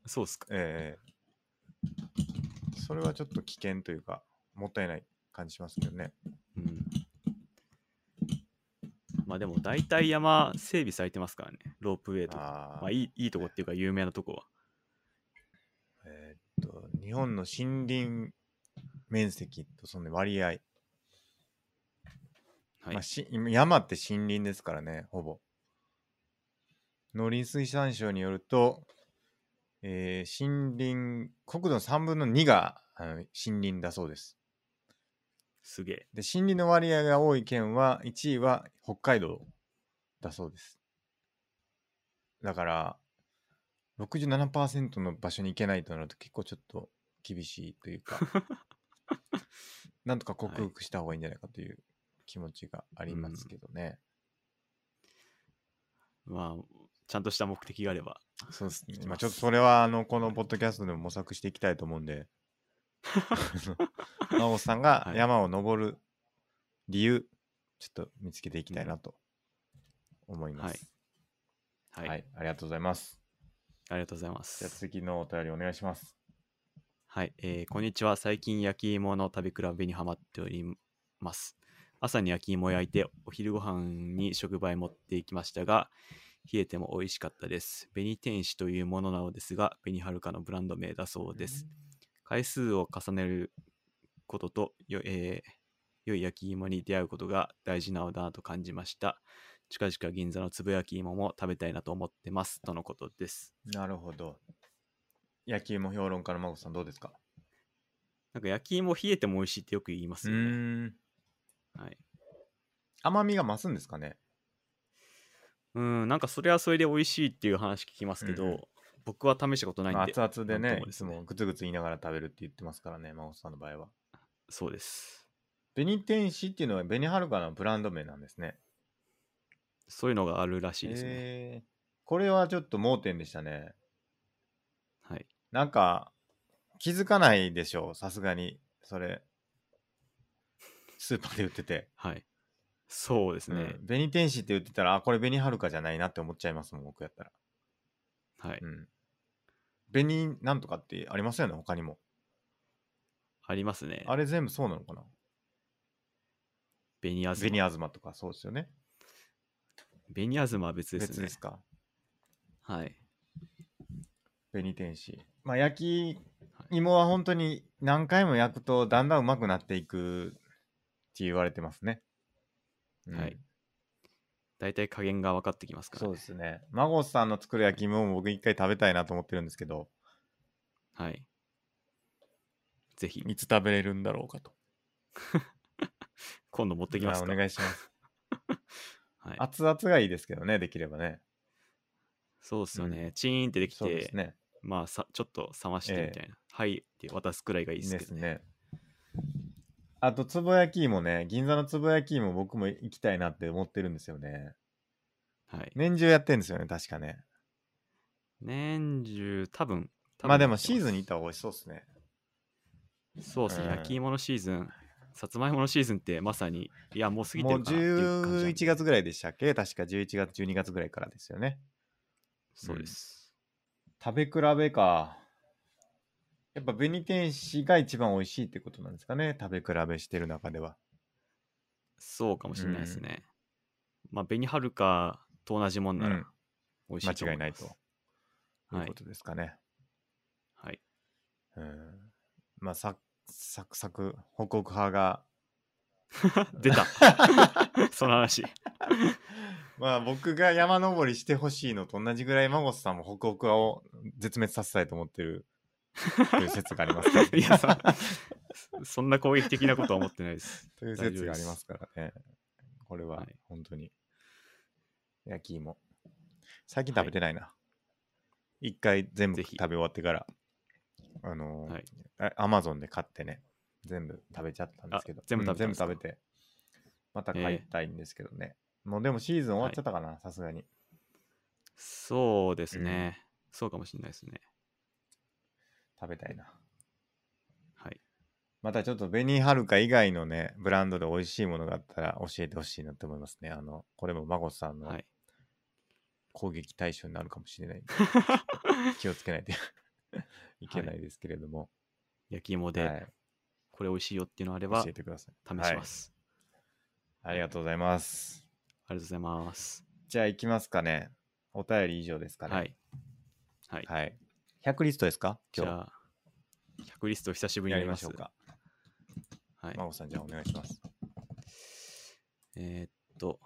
そうっすか。ええそれはちょっと危険というか、もったいない感じしますけどね。うん。まあでも大体山整備されてますからね。ロープウェイとか。あーまあいいいいとこっていうか有名なとこは。えーっと、日本の森林面積とその割合、はいまあ、し山って森林ですからね、ほぼ。農林水産省によると、えー森林、国土の3分の2があの森林だそうです。すげえ。で、森林の割合が多い県は、1位は北海道だそうです。だから、67%の場所に行けないとなると結構ちょっと厳しいというか、なんとか克服した方がいいんじゃないかという気持ちがありますけどね。まあ、ちゃんとした目的があれば。そうですいねき。ままあすちょっとそれは、あの、このポッドキャストでも模索していきたいと思うん で、あの真帆さんがはい山を登る理由、ちょっと見つけていきたいなと思います。はい。はい、ありがとうございます。ありがとうございまじゃあす。次のお便りお願いします。はい、えーこんにちは。最近焼き芋の食べ比べにハマっております。朝に焼き芋を焼いて、お昼ご飯に食材持っていきましたが、冷えても美味しかったです。紅天使というものなのですが、紅はるかのブランド名だそうです。回数を重ねることと、よえー良い焼き芋に出会うことが大事なのだなと感じました。近々銀座のつぶやき芋も食べたいなと思ってます。とのことです。なるほど。焼き芋評論家の孫さんどうですかなんか焼き芋冷えても美味しいってよく言いますよね。ん。はい甘みが増すんですかねうん、なんかそれはそれで美味しいっていう話聞きますけど、うんうん僕は試したことないんで、熱々でなんとねも、いでつすねもグツグツ言いながら食べるって言ってますからね、孫さんの場合は。そうです。紅天使っていうのは紅はるかのブランド名なんですね。そういうのがあるらしいですね。えーこれはちょっと盲点でしたね。はい。なんか、気づかないでしょう、さすがに。それ、スーパーで売ってて。はい。そうですね。うん、紅天使って売ってたら、あ、これ紅はるかじゃないなって思っちゃいますもん、僕やったら。はい。うん。紅なんとかってありますよね、他にも。ありますね。あれ全部そうなのかなベニアズマ。紅あずまとかそうですよね。ベニアズマは別です別ね。ですか。はい。紅天使。まあ、焼き芋は本当に何回も焼くとだんだんうまくなっていくって言われてますね。うんはい大体加減が分かってきますから、そうね。ですね。マゴスさんの作る焼き芋も僕一回食べたいなと思ってるんですけど、はい。ぜひ、いつ食べれるんだろうかと。今度持ってきますあおか。願いします。はい、熱々がいいですけどね、できればね。そうですよね、チーンってできそうでて、すね。まあさ、ちょっと冷ましてみたいな。はいって渡すくらいがいいですでけすどね。ね。あと、つぼ焼き芋ね、銀座のつぼ焼き芋僕も行きたいなって思ってるんですよね。はい、年中やってんですよね、確かね。年中、多分多分まあでもシーズンに行った方が美味しそうですね。そうですね、うん焼き芋のシーズン、さつまいものシーズンってまさに、いや、もう過ぎてもうるかなっていう感じなんで。 11月ぐらいでしたっけ確か11月、12月ぐらいからですよね。そうです。食べ比べか。やっぱ紅天使が一番美味しいってことなんですかね。食べ比べしてる中では。そうかもしれないですね。まあ、紅はるかと同じもんなうんら美味しいと間思違いいなまいす、というはこい。とですかね。はい。 うん。まあ、サクサクサク、ホクホク派が。出た その話。まあ僕が山登りしてほしいのと同じぐらいマゴスさんもホクホク派を絶滅させたいと思ってるという説がありますからね いやそ、そんな攻撃的なことは思ってないです。という説がありますからね。これははい本当に。焼き芋。最近食べてないな。一、回全部ぜ食ひべ終わってから、あのはいー、アマゾンで買ってね、全部食べちゃったんですけど、あ全部うん食べたんですか全部食べて、また買いたいんですけどね。もうでもシーズン終わっちゃったかな、さすがに。そうですね、そうかもしれないですね。食べたいな。はい。またちょっと紅はるか以外のね、ブランドで美味しいものがあったら教えてほしいなと思いますね。あの、これもマゴさんのはい。攻撃対象になるかもしれ ない。気をつけないと いけないですけれども、焼き芋はいで、これ美味しいよっていうのあれば、教え試てください。します、はい。ありがとうございます。ありがとうございます。じゃあ行きますかね。お便り以上ですかね。は。い。はい。はい、100リストですかじ今ゃあ、100リスト久しぶ日りやにりまやりましす。ょうか。はいマ。ゴさん、じゃあお願いします。えーっと、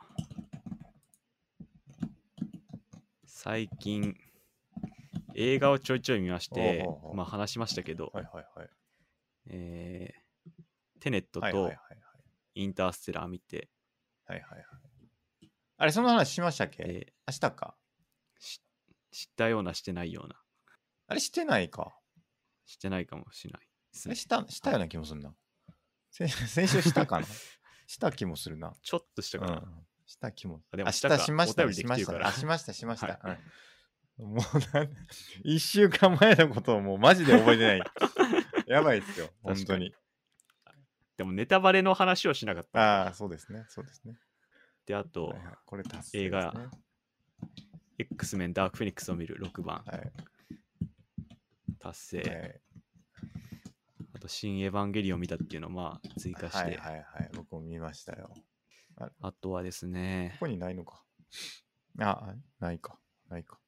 最近、映画をちょいちょい見まして、おうおうおうまあ話しましたけど、はいはいはい。えーテネットはいはいはいとはい。インターステラー見て、はいはいはい。あれ、その話しましたっけ、で明日か。し知ったようなしてないようなあれ、してないか。してないかもしれないですあねれした、したような気もするな。せ先週した かなした気もするな。ちょっとしたかうな、ん、した気も。あでもあしたかしましたね、お便りしできまてしるたかね。らあしました、しました。はうんもうなん、一週間前のことをもうマジで覚えてない。 やばいですよ、かに本当に。でもネタバレの話をしなかったああ、そうですね、そうですね。であと、はいはいこれ達成ですね映画 X メンダークフェニックスを見る6番はい。達成、えあと新エヴァンゲリオン見たっていうのをまあ追加ーして、はいはいはい、僕も見ましたよ。あとはでこすねこにないのか。あ、ないか、ないか。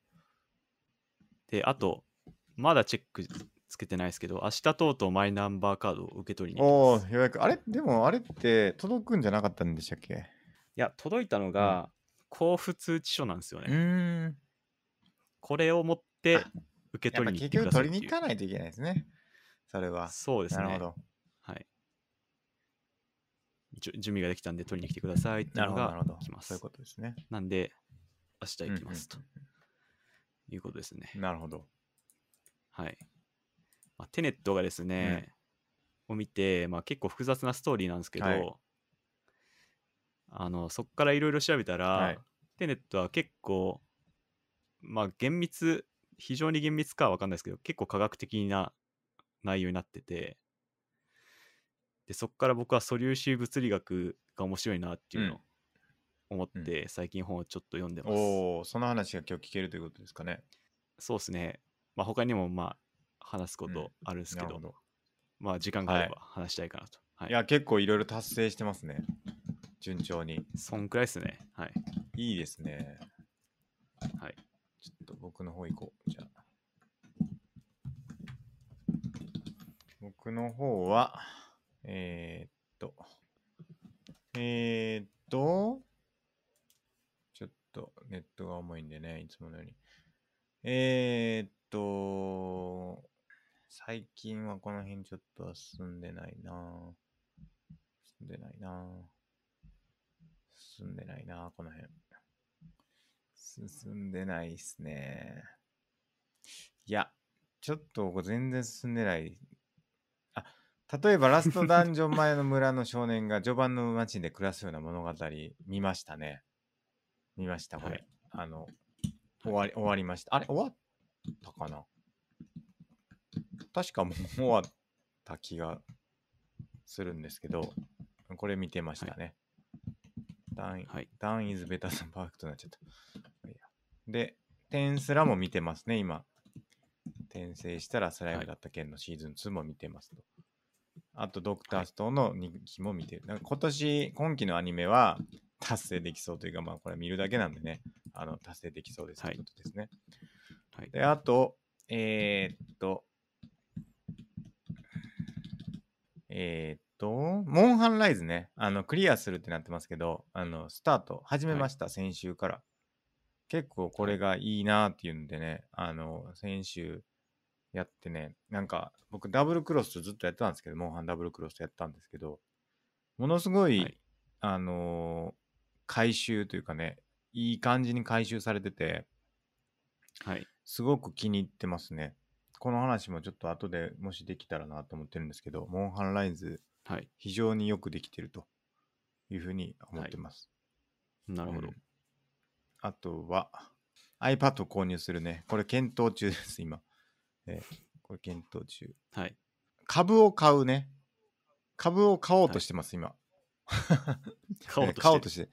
であとまだチェックつけてないですけど明日とうとうマイナンバーカードを受け取りにお行おきますいようやく。あれでもあれって届くんじゃなかったんでしたっけや届いたのが、交付通知書なんですようね、ーん。これを持って受けやっぱ取り結に行ってく局ださい取っりてに行いうかないといけないですね。それは。そうですなねるほど。はい。じゅ準備ができたんで取りに来てくださいっていなうるのほど、なるがほど来。まそす。ういうことですね。なんで、明日行きますとうんいうことですね。なるほど。はい。まあ、テネットがですね、を見て、まあ、結構複雑なストーリーなんですけど、はいあのそこからいろいろ調べたら、はいテネットは結構、まあ厳密、非常に厳密かは分かんないですけど、結構科学的な内容になってて、で、そこから僕は素粒子物理学が面白いなっていうのを思って、最近本をちょっと読んでます。おお、その話が今日聞けるということですかね。そうですね。まあ他にもまあ話すこうんとあるんですけなど、るほど。まあ時間があれはいば話したいかなと。はいいや、結構いろいろ達成してますね。順調に。そんくらいですね。はい。いいですね。はい。ちょっと僕の方行こう。じゃあ。僕の方は、えー、っと、えー、っと、ちょっとネットが重いんでね、いつものように。えー、っと、最近はこの辺ちょっと進んでないなぁ進んでないなぁ進んでないなぁこの辺。進んでないっすね。いや、ちょっとこれ全然進んでない。あ、例えばラストダンジョン前の村の少年が序盤の街で暮らすような物語見ましたね。見ました、これ。はいあの、終わり、終わりました。あれ、終わったかな確かもう終わった気がするんですけど、これ見てましたね。ダンはい。ダンイズベタ t パークとなっちゃった。まあいいやで、点すらも見てますね、今。転生したらスライムだった件のシーズン2も見てますと。あと、ドクターストーンの2期も見てる。なんか今年、今期のアニメは達成できそうというか、まあ、これ見るだけなんでね、あの達成できそうですとはいいうことですね。はい。で、あと、えー、っと、えー、っと、モンハンライズね、あの、クリアするってなってますけど、あの、スタート、始めました、先週から。結構これがいいなっていうんでね、あの、先週やってね、なんか、僕、ダブルクロスとずっとやってたんですけど、モンハンダブルクロスとやったんですけど、ものすごい、はいあのー回収というかね、いい感じに回収されてて、はい。すごく気に入ってますね。この話もちょっと後でもしできたらなと思ってるんですけど、モンハンライズはい。非常によくできてるというふうに思ってます。なるほど。うんあとは iPad を購入するね。これ検討中です、今。えーこれ検討中。はい。株を買うね。株を買おうとしてます、今。買おうえーとして。買おうとして。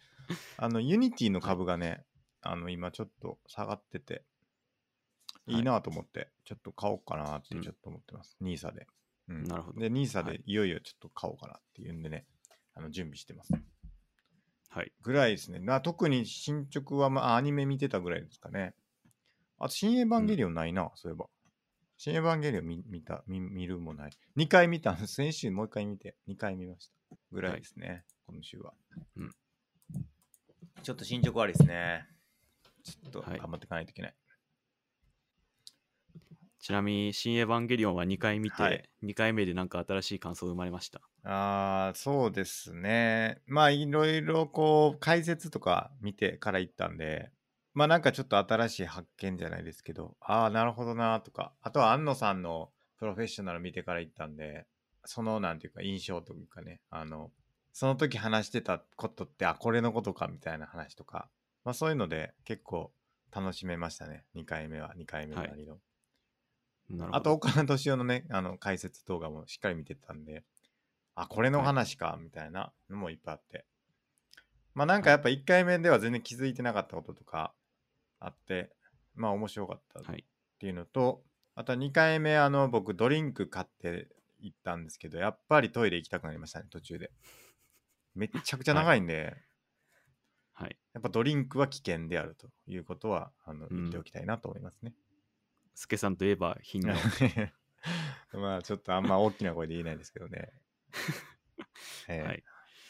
あの、ユニティの株がね、あの、今ちょっと下がってて、はいいいなと思って、ちょっと買おうかなってうんちょっと思ってます。ニーサで。うんなるほどで、ニーサはでいいよいよちょっと買おうかなっていうんでね、あの、準備してます。はい。ぐらいですね。な特に進捗は、まあ、アニメ見てたぐらいですかね。あと、新エヴァンゲリオンないな、そういえば。新エヴァンゲリオン見見た見、見るもない。2回見た、 先週もう1回見て、2回見ました。ぐらいですね、今週は。うんちょっと進捗悪いですね。ちょっとはい頑張っていかないといけない。ちなみに、新エヴァンゲリオンは2回見はてい、 2回目でなんか新しい感想が生まれました。ああ、そうですね。まあ、いろいろこう、解説とか見てから行ったんで、まあなんかちょっと新しい発見じゃないですけど、ああ、なるほどなとか、あとは安野さんのプロフェッショナル見てから行ったんで、そのなんていうか印象というかね、あの、その時話してたことって、あ、これのことかみたいな話とか、まあそういうので結構楽しめましたね。2回目は、2回目なりの。なるほど。あと、岡田敏夫のね、あの、解説動画もしっかり見てたんで、あ、これの話か、みたいなのもいっぱいあって。まあなんかやっぱ1回目では全然気づいてなかったこととかあって、まあ面白かったっはい。ていうのと、あと2回目、あの、僕ドリンク買って行ったんですけど、やっぱりトイレ行きたくなりましたね、途中で。めっちゃくちゃ長いんで、はい。やっぱドリンクは危険であるということは、あの、うん言っておきたいなと思いますね。スケさんといえば、品の。 まあちょっとあんま大きな声で言えないですけどね。 えーはい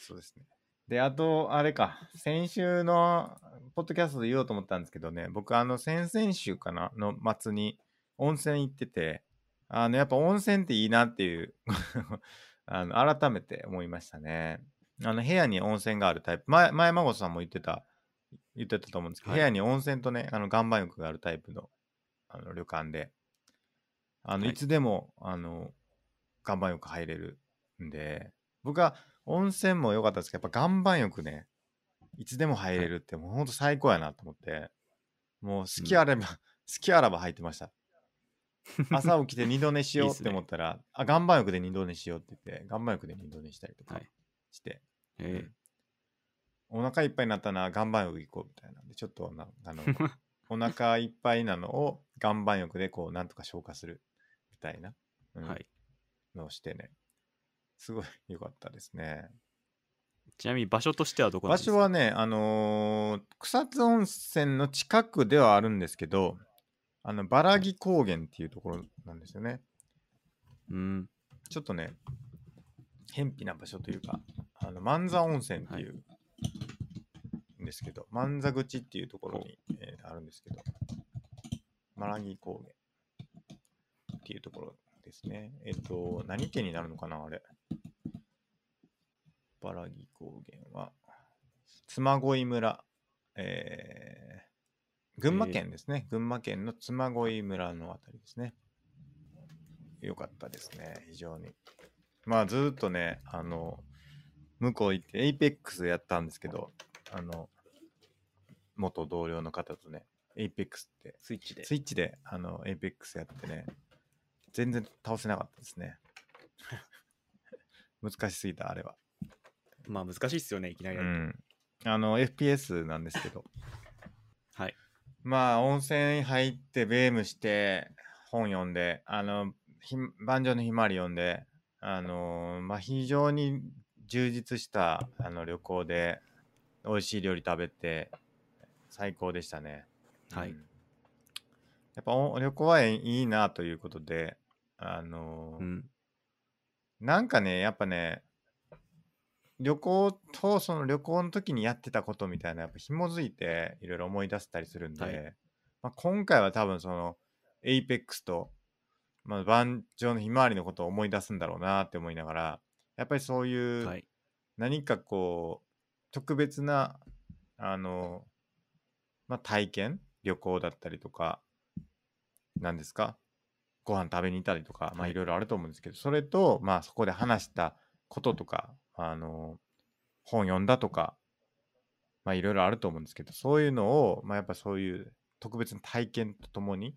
そうですね。で、あと、あれか、先週のポッドキャストで言おうと思ったんですけどね、僕、あの、先々週かな、の末に温泉行ってて、あの、やっぱ温泉っていいなっていう、 あの、改めて思いましたね。あの、部屋に温泉があるタイプ、前、前孫さんも言ってた、言ってたと思うんですけど、はい部屋に温泉とね、あの、岩盤浴があるタイプの、あの、旅館で、あの、はいいつでも、あの、岩盤浴入れるんで、僕は温泉も良かったですけど、やっぱ岩盤浴ね、いつでも入れるって、もうほんと最高やなと思って、もう好きあれば、 好きあらば入ってました。朝起きて二度寝しようって思ったら、あ、岩盤浴で二度寝しようって言って、岩盤浴で二度寝したりとかはいして、えお腹いっぱいになったな、岩盤浴行こうみたいなんで、ちょっとな、あの、お腹いっぱいなのを岩盤浴でこう、なんとか消化するみたいな、うーん はい、のをしてね、すごい良かったですね。ちなみに場所としてはどこな場んですか所はね、あのー草津温泉の近くではあるんですけど、あの、バラギ高原っていうところなんですよね。うんちょっとね、偏僻な場所というか、あの、万座温泉っていう、んですけど、万座口っていうところに、えーあるんですけど、マラギ高原っていうところですね。えっ、と、何県になるのかな、あれ。バラギ高原は、嬬恋村、えー群馬県ですね。群馬県の嬬恋村のあたりですね。よかったですね、非常に。まあ、ずーっとね、あの、向こう行って、エイペックスやったんですけど、あの、元同僚の方とね、エイペックスって、スイッチでスイッチで、あの、エイペックスやってね、全然倒せなかったですね。難しすぎた、あれは。まあ難しいっすよねいきなうりだと、ん。あの、FPS なんですけど、 はいまあ、温泉入って、ベームして、本読んで、あの、ひ盤上のひまわり読んで、あのーまあ、非常に充実したあの旅行で、美味しい料理食べて、最高でしたね。はいうんやっぱお旅行はいいいなということで、あのーうんなんかね、やっぱね、旅行とその旅行の時にやってたことみたいな、やっぱ紐づいていろいろ思い出せたりするんで、はいまあ、今回は多分その、エイペックスと、まあ、盤上のひまわりのことを思い出すんだろうなって思いながら、やっぱりそういう、はい何かこう特別なあの、まあ、体験旅行だったりとか何ですかご飯食べに行ったりとか、まあ、はいいろいろあると思うんですけど、それと、まあ、そこで話したこととかあの本読んだとか、まあ、いろいろあると思うんですけどそういうのを、まあ、やっぱそういう特別な体験とともに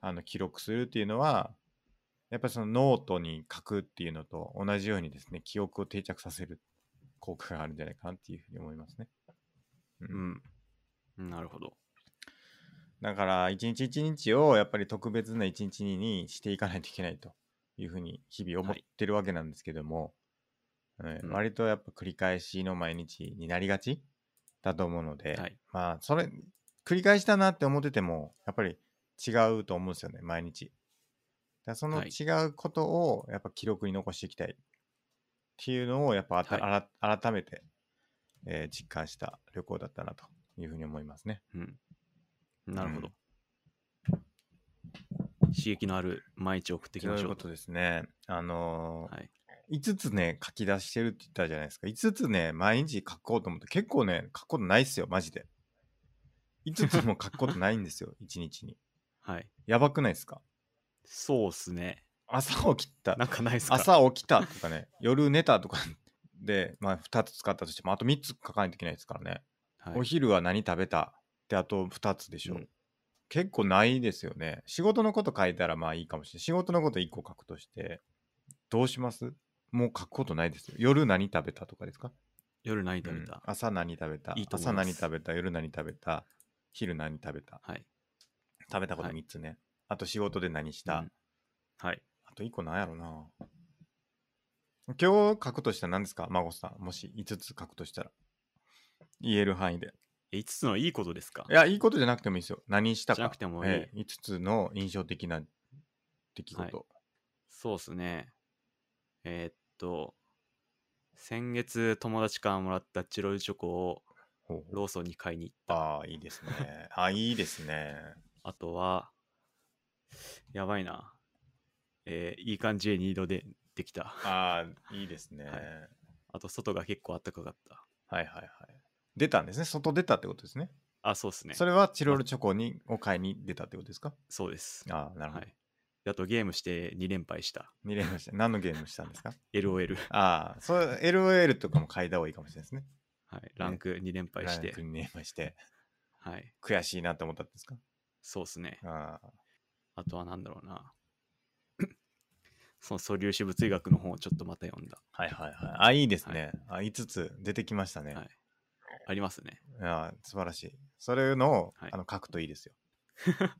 あの記録するっていうのはやっぱりそのノートに書くっていうのと同じようにですね記憶を定着させる効果があるんじゃないかなっていうふうに思いますね。うう、んなるほどだから一日一日をやっぱり特別な一日にしていかないといけないというふうに日々思ってるわけなんですけども、えーうん割とやっぱ繰り返しの毎日になりがちだと思うので、はいまあそれ繰り返したなって思っててもやっぱり違うと思うんですよね毎日。だからそのはい違うことをやっぱ記録に残していきたいっていうのをやっぱあた、はいあら改めて、えー実感した旅行だったなというふうに思いますね。うんなるほど、刺激のある毎日を送っていきそうまいしうょこうとですね。あのーはい5つね、書き出してるって言ったじゃないですか。5つね、毎日書こうと思って、結構ね、書くことないっすよ、マジで。5つも書くことないんですよ、1日 に。はいやばくないですかそうっすね朝起きた、なんかないっすか朝起きたとかね、夜寝たとかで、まあ、2つ使ったとしても、あと3つ書かないといけないですからね。はいお昼は何食べたって、あと2つでしょ。うん結構ないですよね。仕事のこと書いたらまあいいかもしれない。仕事のこと1個書くとして、どうしますもう書くことないですよ。夜何食べたとかですか夜何食べうた、ん朝何食べたいいと思い朝ます何食べた夜何食べた昼何食べたはい食べたことはい3つね、あと仕事で何した、うんはいあと1個なんやろな今日書くとしたら何ですか孫さんもし5つ書くとしたら言える範囲でえ5つのいいことですかいやいいことじゃなくてもいいですよ何したかじゃなくてもいいええ5つの印象的な出来事、そうっすね。えーっと、先月友達からもらったチロルチョコをほうほうローソンに買いに行った。ああいいですねあいいですねあとは、やばいな。えーいい感じで二度でできた。ああいいですね、はいあと、外が結構暖かかった。はい、はいはい出たんですね外出たってことですねあ、そうっすね。それはチロルチョコにを買いに出たってことですかそうです。ああ、なるほはど。い。であと、ゲームして2連敗した。見れました。何のゲームしたんですか LOL。ああ、そう、LOL とかも買いた方がいいかもしれないですね。 はい、ランク2連敗して、にねまして、はい、悔しいなと思ったんですかそうですね。ああ、あとはなんだろうな。その素粒子物理学の本をちょっとまた読んだ。はいはいはい。あ、いいですね。あ、5つ出てきましたね。はいありますね。いや素晴らしい。それの,、はいあの書くといいですよ。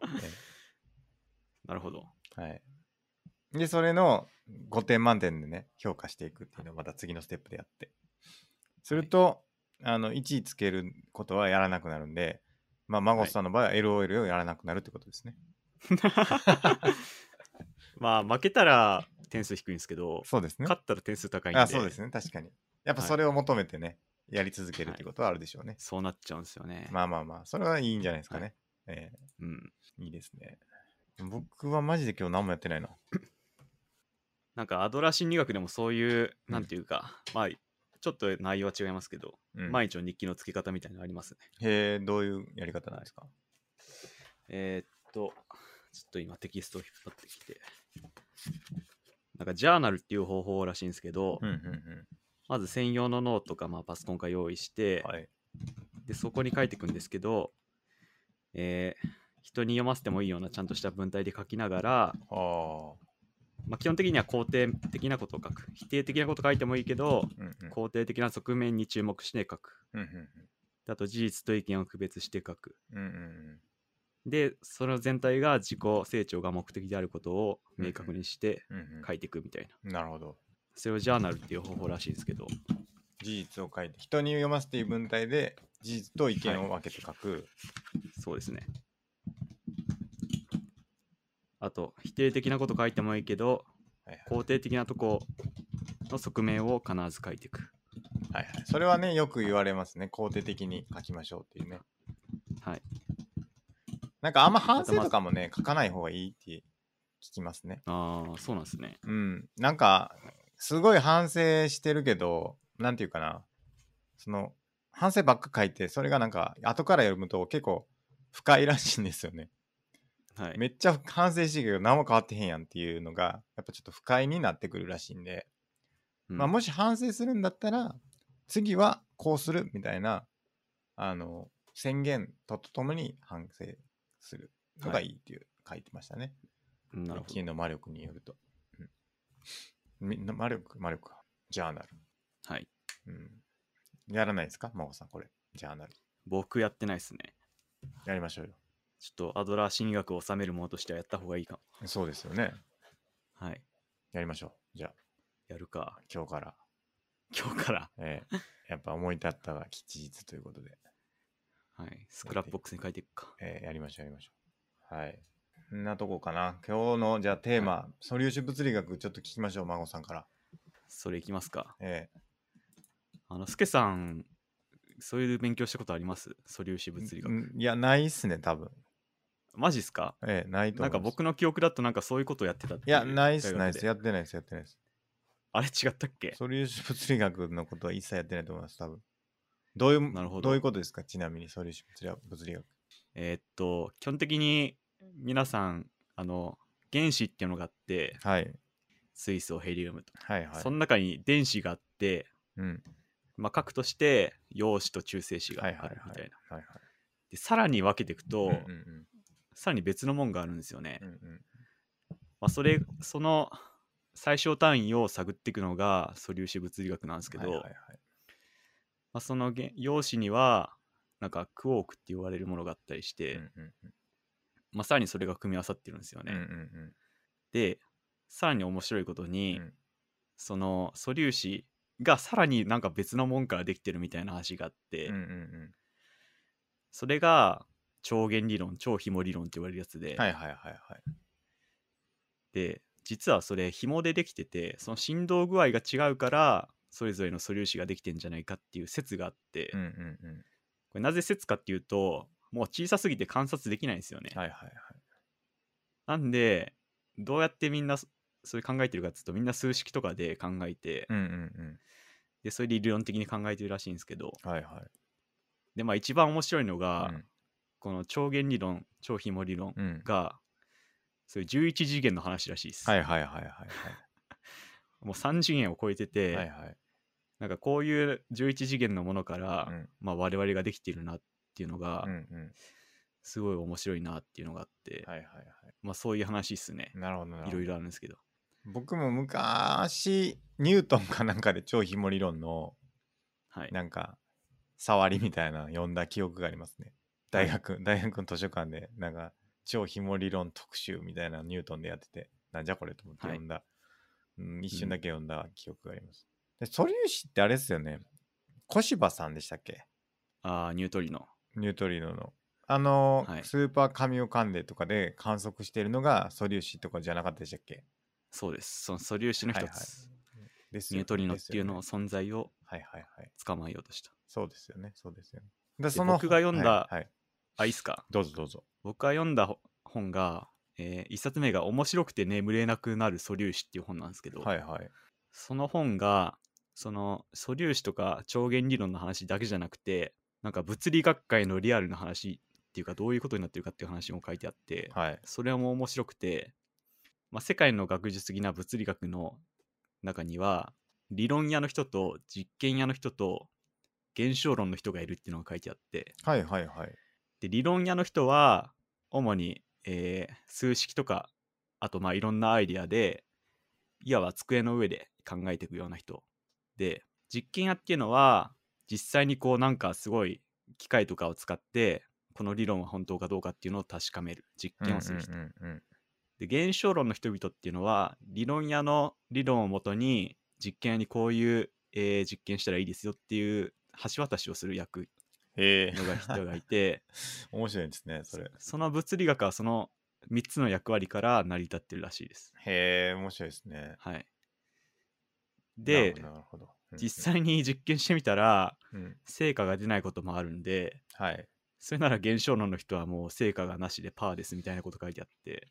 なるほど。 はい。で、それの5点満点でね、評価していくっていうのをまた次のステップでやって。すると、あの、1位つけることはやらなくなるんで、まあ、孫さんの場合は LOL をやらなくなるってことですね。まあ、負けたら点数低いんですけど、そうですね。勝ったら点数高いんで、あ、そうですね。確かに。やっぱそれを求めてね、やり続けるってことはあるでしょうね。そうなっちゃうんですよね。まあまあまあ、それはいいんじゃないですかね。えうん。ーいいですね。僕はマジで今日何もやってないな。なんか、アドラー心理学でもそういう、うんなんていうか、まあ、ちょっと内容は違いますけど、うん、毎日の日記の付け方みたいなのありますね。へえ、どういうやり方なんですか、えーっと、ちょっと今テキストを引っ張ってきて。なんかジャーナルっていう方法らしいんですけど、うんうんまず専用のノートか、まあ、パソコンか用意して、うん。はい。でそこに書いていくんですけど、えー人に読ませてもいいようなちゃんとした文体で書きながら、ああ。まあ、基本的には肯定的なことを書く否定的なこと書いてもいいけどうんうん。肯定的な側面に注目して書くうんうんであと事実と意見を区別して書くうん。うんうんでその全体が自己成長が目的であることを明確にしてうん。うんうん書いていくみたいななるほど。それをジャーナルっていう方法らしいんですけど事実を書いて、人に読ませていい文体で、事実と意見を分けて書く。そうですねあと否定的なこと書いてもいいけどはいはい肯定的なとこの側面を必ず書いていく。はいはい。それはね、よく言われますね。肯定的に書きましょうっていうね。はい。なんかあんま反省とかもね、書かない方がいいって聞きますね。ああ、そうなんですね。うん。なんか、すごい反省してるけど、なんていうかな。その、反省ばっか書いて、それがなんか、後から読むと結構深いらしいんですよね。はい。めっちゃ反省してるけど、何も変わってへんやんっていうのが、やっぱちょっと不快になってくるらしいんで、うんまあ、もし反省するんだったら、次はこうするみたいな、あの、宣言とともに反省するのがいいっていう、書いてましたね。うんなるほ金の魔力によると。うんみな魔力、魔力か。ジャーナル。ど。はい。うん。やらないですか真帆さん、これ。ジャーナル。僕やってないですね。やりましょうよ。ちょっとアドラー心理学を収めるものとしてはやった方がいいかそうですよね。も。はい。やりましょう。じゃあ、やるか。今日から。今日から。え えやっぱ思い立ったが吉日ということで、はい。スクラップボックスに書いていくか。ええやりましょうやりましょう。はい。こんなとこかな。今日のじゃあテーマ、素粒子物理学ちょっと聞きましょう、孫さんから。それいきますか。えあの、スケさん、そういう勉強したことあります素粒子え物理う学。んいや、ないっすね、多分。マジっすかええないとな思んかいます。僕の記憶だとなんかそういうことをやってたっていいうや、ないっす、大学ないっす。でやってないっす、やってないっす。あれ違ったっけ素粒子物理学のことは一切やってないと思います、多分。どういう、なるほどどういうことですか、ちなみに素粒子物理物理学。えーっと基本的に皆さんあの原子っていうのがあってはい。水素ヘリウムと、はいはいそ。の中に電子があって、うん。まあ、核として陽子と中性子があはいるはいはい。みたいな、はいはい。でさらに分けていくと、うんうんさらに別のもんがあるんですよね、うん。うんうんまあ、それその最小単位を探っていくのが素粒子物理学なんですけど、はいはいはいまあ、その原陽子にはなんかクォークって言われるものがあったりして、うんうんまあ、さらにそれが組み合わさってるんですようね、んうんうんでさらに面白いことうに、んその素粒子がさらになんか別のもんからできてるみたいな話があって、うんうんうんそれが超弦理論超紐理論って言われるやつで、はいはいはいはい。で実はそれ紐でできててその振動具合が違うからそれぞれの素粒子ができてんじゃないかっていう説があって、うんこうんうん。れなぜ説かっていうともう小さすぎて観察できないんですよね、はいはいはい。なんでどうやってみんなそそれ考えてるかっていうとみんな数式とかで考えて、うんうんでそれ理論的に考えてるらしいんですけどうん。はいはい。でまあ一番面白いのが、うんこの超弦理論超ひも理論うん。が、そういう11次元の話らしいです、はいはいはいはいもう3次元を超えてて、はい。はいはい。なんかこういう11次元のものから、うんまあ、我々ができているなっていうのが、うんうん。すごい面白いなっていうのがあって、はいはいはまあそういう話っすねい。。なるほどなるほど。いろいろあるんですけど。僕も昔、ニュートンかなんかで超ひも理論の、はい。なんか、触りみたいなの読んだ記憶がありますね。大学、大学の図書館で、なんか、超ひも理論特集みたいなのニュートンでやってて、なんじゃこれと思ってはい読んだ、うん、一瞬だけ読んだ記憶があります。で素粒子ってあれですよね。小柴さんでしたっけああ、ニュートリノ。ニュートリノの。あの、はいスーパーカミオカンデとかで観測しているのが素粒子とかじゃなかったでしたっけそうです。その素粒子の一つ、はいはいですよニュートリノっていうのでのすよね存在をはいはいはい。捕まえようとした。そうですよね。そうですよね。でその僕が読んだはいはいあ、いいっすか。どうぞどうぞ。僕が読んだほ本が、えー一冊目が面白くて眠れなくなる素粒子っていう本なんですけど、はいはい。その本が、その素粒子とか超弦理論の話だけじゃなくて、なんか物理学界のリアルな話っていうか、どういうことになってるかっていう話も書いてあって、はい。それも面白くて、まあ、世界の学術的な物理学の中には理論屋の人と実験屋の人と現象論の人がいるっていうのが書いてあってはいはいはい。で理論屋の人は主に、えー数式とかあとまあいろんなアイディアでいわば机の上で考えていくような人で実験屋っていうのは実際にこうなんかすごい機械とかを使ってこの理論は本当かどうかっていうのを確かめる実験をする人うんうんうんうんで現象論の人々っていうのは理論屋の理論をもとに実験にこういう、えー実験したらいいですよっていう橋渡しをする役へえのが人がいて面白いですね、それ。その物理学はその3つの役割から成り立ってるらしいです。へえ、面白いですね。はい、なるでほど。なるほどうんうん実際に実験してみたらうん成果が出ないこともあるんではい。それなら現象論の人はもう成果がなしでパーですみたいなこと書いてあって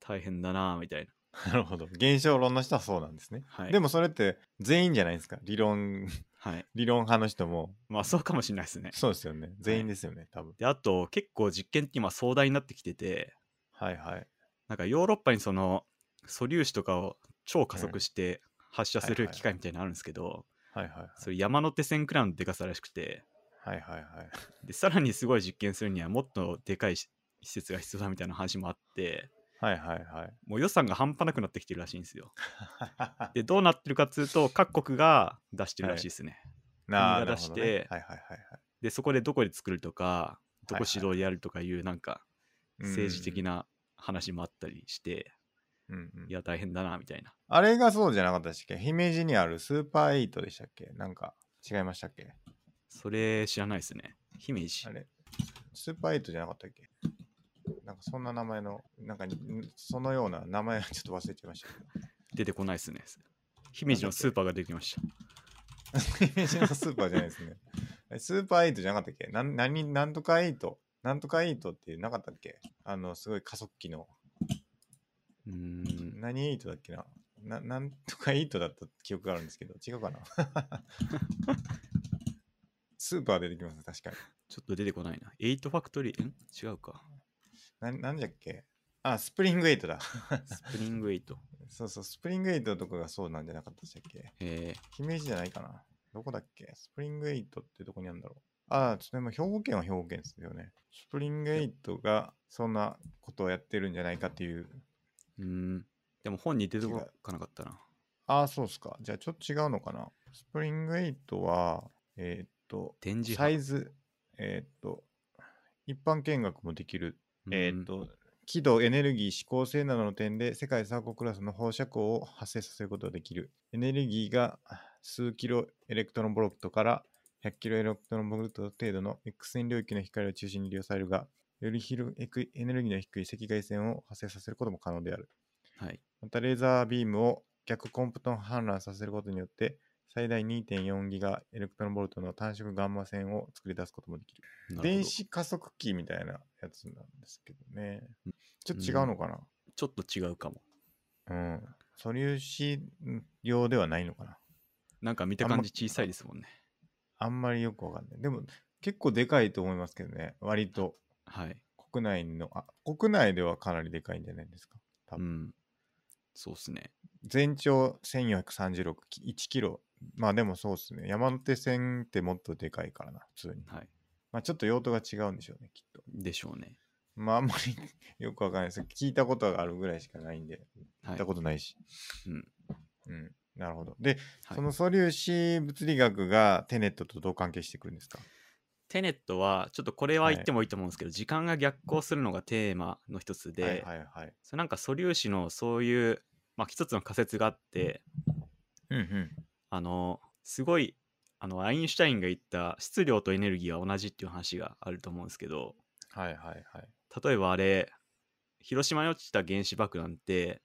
大変だなぁみたいな。なるほど。現象論の人はそうなんですね。はい、でもそれって全員じゃないですか。理論、 はい、理論派の人も。まあそうかもしれないですね。そうですよね。全員ですよね、多分。であと結構実験って今壮大になってきててはいはい。なんかヨーロッパにその素粒子とかを超加速して発射すはいるはい機械みたいなのあるんですけど、はいはいはい。それ山手線くらいのでかさらしくてはいはいはい。でさらにすごい実験するにはもっとでかいし施設が必要だみたいな話もあってはいはい はい。もう予算が半端なくなってきてるらしいんです よでどうなってるかっつうと各国が出してるらしいですね、な国がる出ほしどてねはいはいはいはいでそこでどこで作るとかどはいはいこ指導でやるとかいうなんかうん政治的な話もあったりして、うんうんいや大変だなみたいなあれがそうじゃなかったでしたっけ姫路にあるスーパーエイトでしたっけなんか違いましたっけそれ知らないですね。姫路あ。れスーパーエイトじゃなかったっけなんかそんな名前の、なんかにそのような名前はちょっと忘れちゃいましたけど。出てこないですね。姫路のスーパーができました。姫路のスーパーじゃないですね。えスーパーエイトじゃなかったっけなん何なんとかエイトなんとかエイトってなかったっけあの、すごい加速器の。うーん。何エイトだっけなななんとかエイトだった記憶があるんですけど、違うかなスーパー出てきますね、確かに。ちょっと出てこないな。エイトファクトリー、ん違うか。なんなんじゃっけあ、スプリングエイトだ。スプリングエイト。そうそう、スプリングエイトとかがそうなんじゃなかったでしたっけえ姫路じゃないかなどこだっけスプリングエイトってどこにあるんだろうああ、ちょっとでも兵庫県は兵庫県ですよね。スプリングエイトがそんなことをやってるんじゃないかっていう。ー、うーん。でも本に出てこかなかったな。ああ、そうっすか。じゃあちょっと違うのかなスプリングエイトは、えーっと、展示サ派。イズ、えーっと、一般見学もできるうーんえーっ。と、輝度、エネルギー、指向性などの点で世界最高クラスの放射光を発生させることができる。エネルギーが数キロエレクトロンボルトから100キロエレクトロンボルト程度の X 線領域の光を中心に利用されるが、より広くエネルギーの低い赤外線を発生させることも可能である。はい。また、レーザービームを逆コンプトン氾濫させることによって、最大2.4ギガエレクトロンボルトの単色ガンマ線を作り出すこともできる。なるほど電子加速器みたいなやつなんですけどね。ちょっと違うのかちょっと違うかも。なうん。素粒子用ではないのかななんか見た感じ小さいですもんね。あんまりよくわかんない。でも結構でかいと思いますけどね。割とはい。国内の、あ、国内ではかなりでかいんじゃないですか。多う分ん。そうっすね。全長1436、1キロまあでもそうですね。山手線ってもっとでかいからな、普通に。はい。まあちょっと用途が違うんでしょうね、きっと。でしょうね。まああんまり よくわかんないです。聞いたことがあるぐらいしかないんで、は聞いいた。ことないし。うん。うん。なるほど。で、はいその素粒子物理学がテネットとどう関係してくるんですかテネットは、ちょっとこれは言ってもいいと思うんですけど、時間が逆行するのがテーマの一つで、はいはいはい。それなんか素粒子のそういう、まあ、一つの仮説があって、うんうん。あの、すごい、あの、アインシュタインが言った質量とエネルギーは同じっていう話があると思うんですけど、はいはいはい。例えばあれ、広島に落ちた原子爆弾って、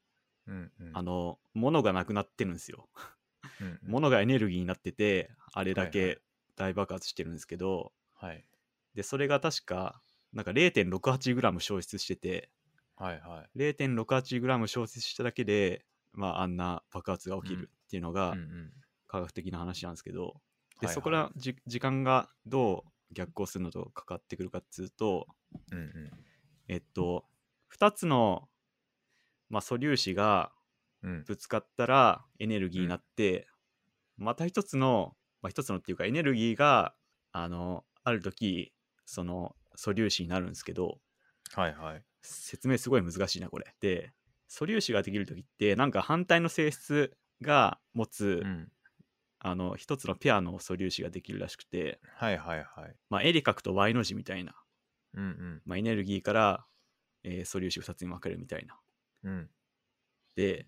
うんうん。あの、物がなくなってるんですよ。うんうん、物がエネルギーになってて、あれだはいはけ大爆発してるんですけど、はいで、それが確か、なんか 0.68g 消失してて、はいはい。 0.68g 消失しただけで、まあ、あんな爆発が起きうんるっていうのうがんうん科学的な話なんですけど、はいではいそこらじ時間がどう逆行するのとかかってくるかっつうとうんうんえっと2つの、まあ、素粒子がうんぶつかったらエネルギーになって、また一つの、まあ、一つのっていうかエネルギーがあのある時その素粒子になるんですけどはいはい。説明すごい難しいなこれで素粒子ができる時ってなんか反対の性質が持つ、うんあの一つのペアの素粒子ができるらしくて、はいはいはい。まあ、エリカクと Y の字みたいな、うんまあ、エネルギーから、えー素粒子2つに分かれるみたいなうんうんで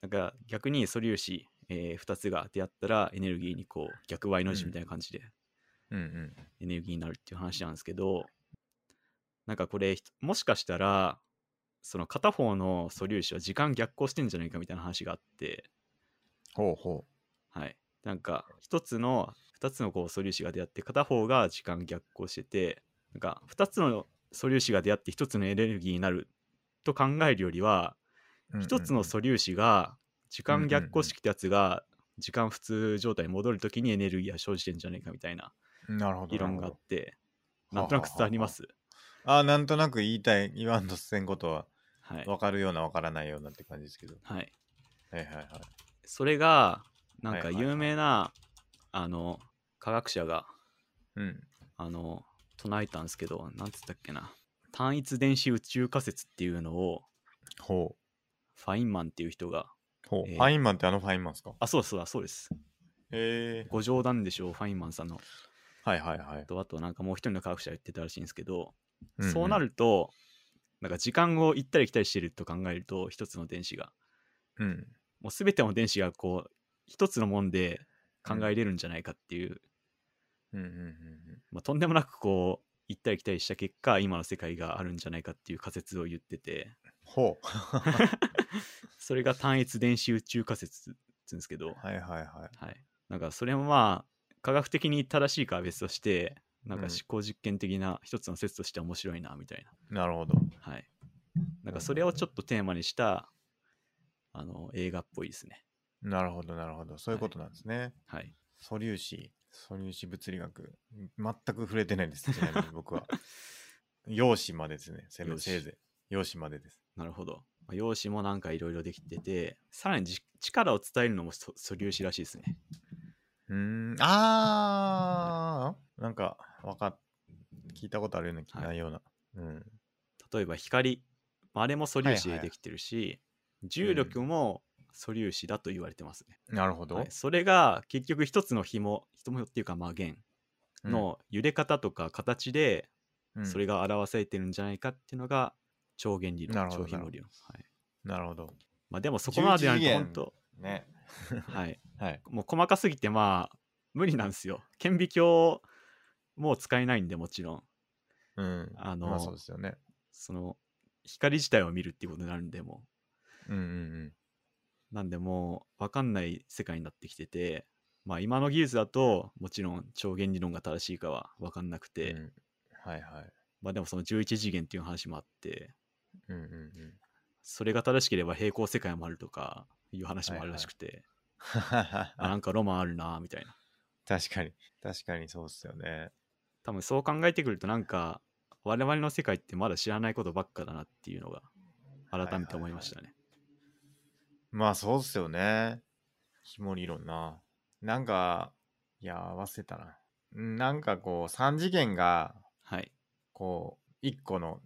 なんか逆に素粒子、え2つが出会ったらエネルギーにこう逆 Y の字みたいな感じでうんうん。エネルギーになるっていう話なんですけど、なんかこれひもしかしたらその片方の素粒子は時間逆行してんじゃないかみたいな話があってほうほはいなんか一つの二つのこう素粒子が出会って片方が時間逆行しててなんか二つの素粒子が出会って一つのエネルギーになると考えるよりはううんうんうん。一つの素粒子が時間逆行してきたやつが時間普通状態に戻るときにエネルギーが生じてんじゃないかみたいななるほど。理論がなあるほっどてなんとなく伝わりますあーなんとなく言いたい、言わんとせんことは、はいわかるような、わからないようなって感じですけど。はいはいはいはい。それがなんはかいはいはい有名なあの科学者がうん。あの唱えたんですけどなんつったっけな単一電子宇宙仮説っていうのをほファインマンっていう人がう。ほう。えーファインマンってあのファインマンですかあそうだそうだそうですへえ。ご冗談でしょうファインマンさんのはいはいはい。とあとなんかもう一人の科学者が言ってたらしいんですけどんんそうな。ると、なんか時間を行ったり来たりしてると考えると、一つの電子が、うん。もうすべての電子がこう、一つのもんで考えれるんじゃないかっていう、うんうんうんうん。まあ、とんでもなくこう、行ったり来たりした結果、今の世界があるんじゃないかっていう仮説を言ってて、ほう。それが単一電子宇宙仮説って言うんですけど、はいはいはい。はい。なんかそれもまあ、科学的に正しいかは別として、なんかうん思考実験的な一つの説として面白いな、みたいな。なるほど。はい。なんかそれをちょっとテーマにした、あの、映画っぽいですね。なるほどなるほど。そういうことなんですね。はい。素粒子、素粒子物理学。全く触れてないです。ちなみに 僕は。陽子までですね。せめ陽子せいぜい。陽子までです。なるほど。まあ、用紙もなんかいろいろできてて、さらにじ力を伝えるのもそ素粒子らしいですね。うーん。あーなんか、わかっ、聞いたことあるような、はいないような。うん。例えば光、まああれも素粒子はいではいできてるし、重力も素粒子だと言われてますね。なるほど。はいそれが結局一つの紐、紐っていうかまあ弦うん、の揺れ方とか形で、うんそれが表されてるんじゃないかっていうのが超原理な論、るほ超ど紐理論。はい。なるほど。まあでもそこまでやると本当、ね。はい。はい。もう細かすぎてまあ無理なんですよ顕微鏡もう使えないんでもちろんうん。あのまあそうですよね。その光自体を見るっていうことになるんでもうんうんうなんでもう分かんない世界になってきててまあ今の技術だともちろん超弦理論が正しいかは分かんなくうん。て、うんはいはい。まあでもその11次元っていう話もあってうんうんうん。それが正しければ平行世界もあるとかいう話もあるらしくて、あなんかロマンあるなみたいな 確かに。確かにそうっすよね。多分そう考えてくるとなんか我々の世界ってまだ知らないことばっかだなっていうのが改めて思いましたね。まあそうっすよね。紐理論な。なんか、いや、忘れたな。うんなんかこう、3次元が、はい。こう、1個の、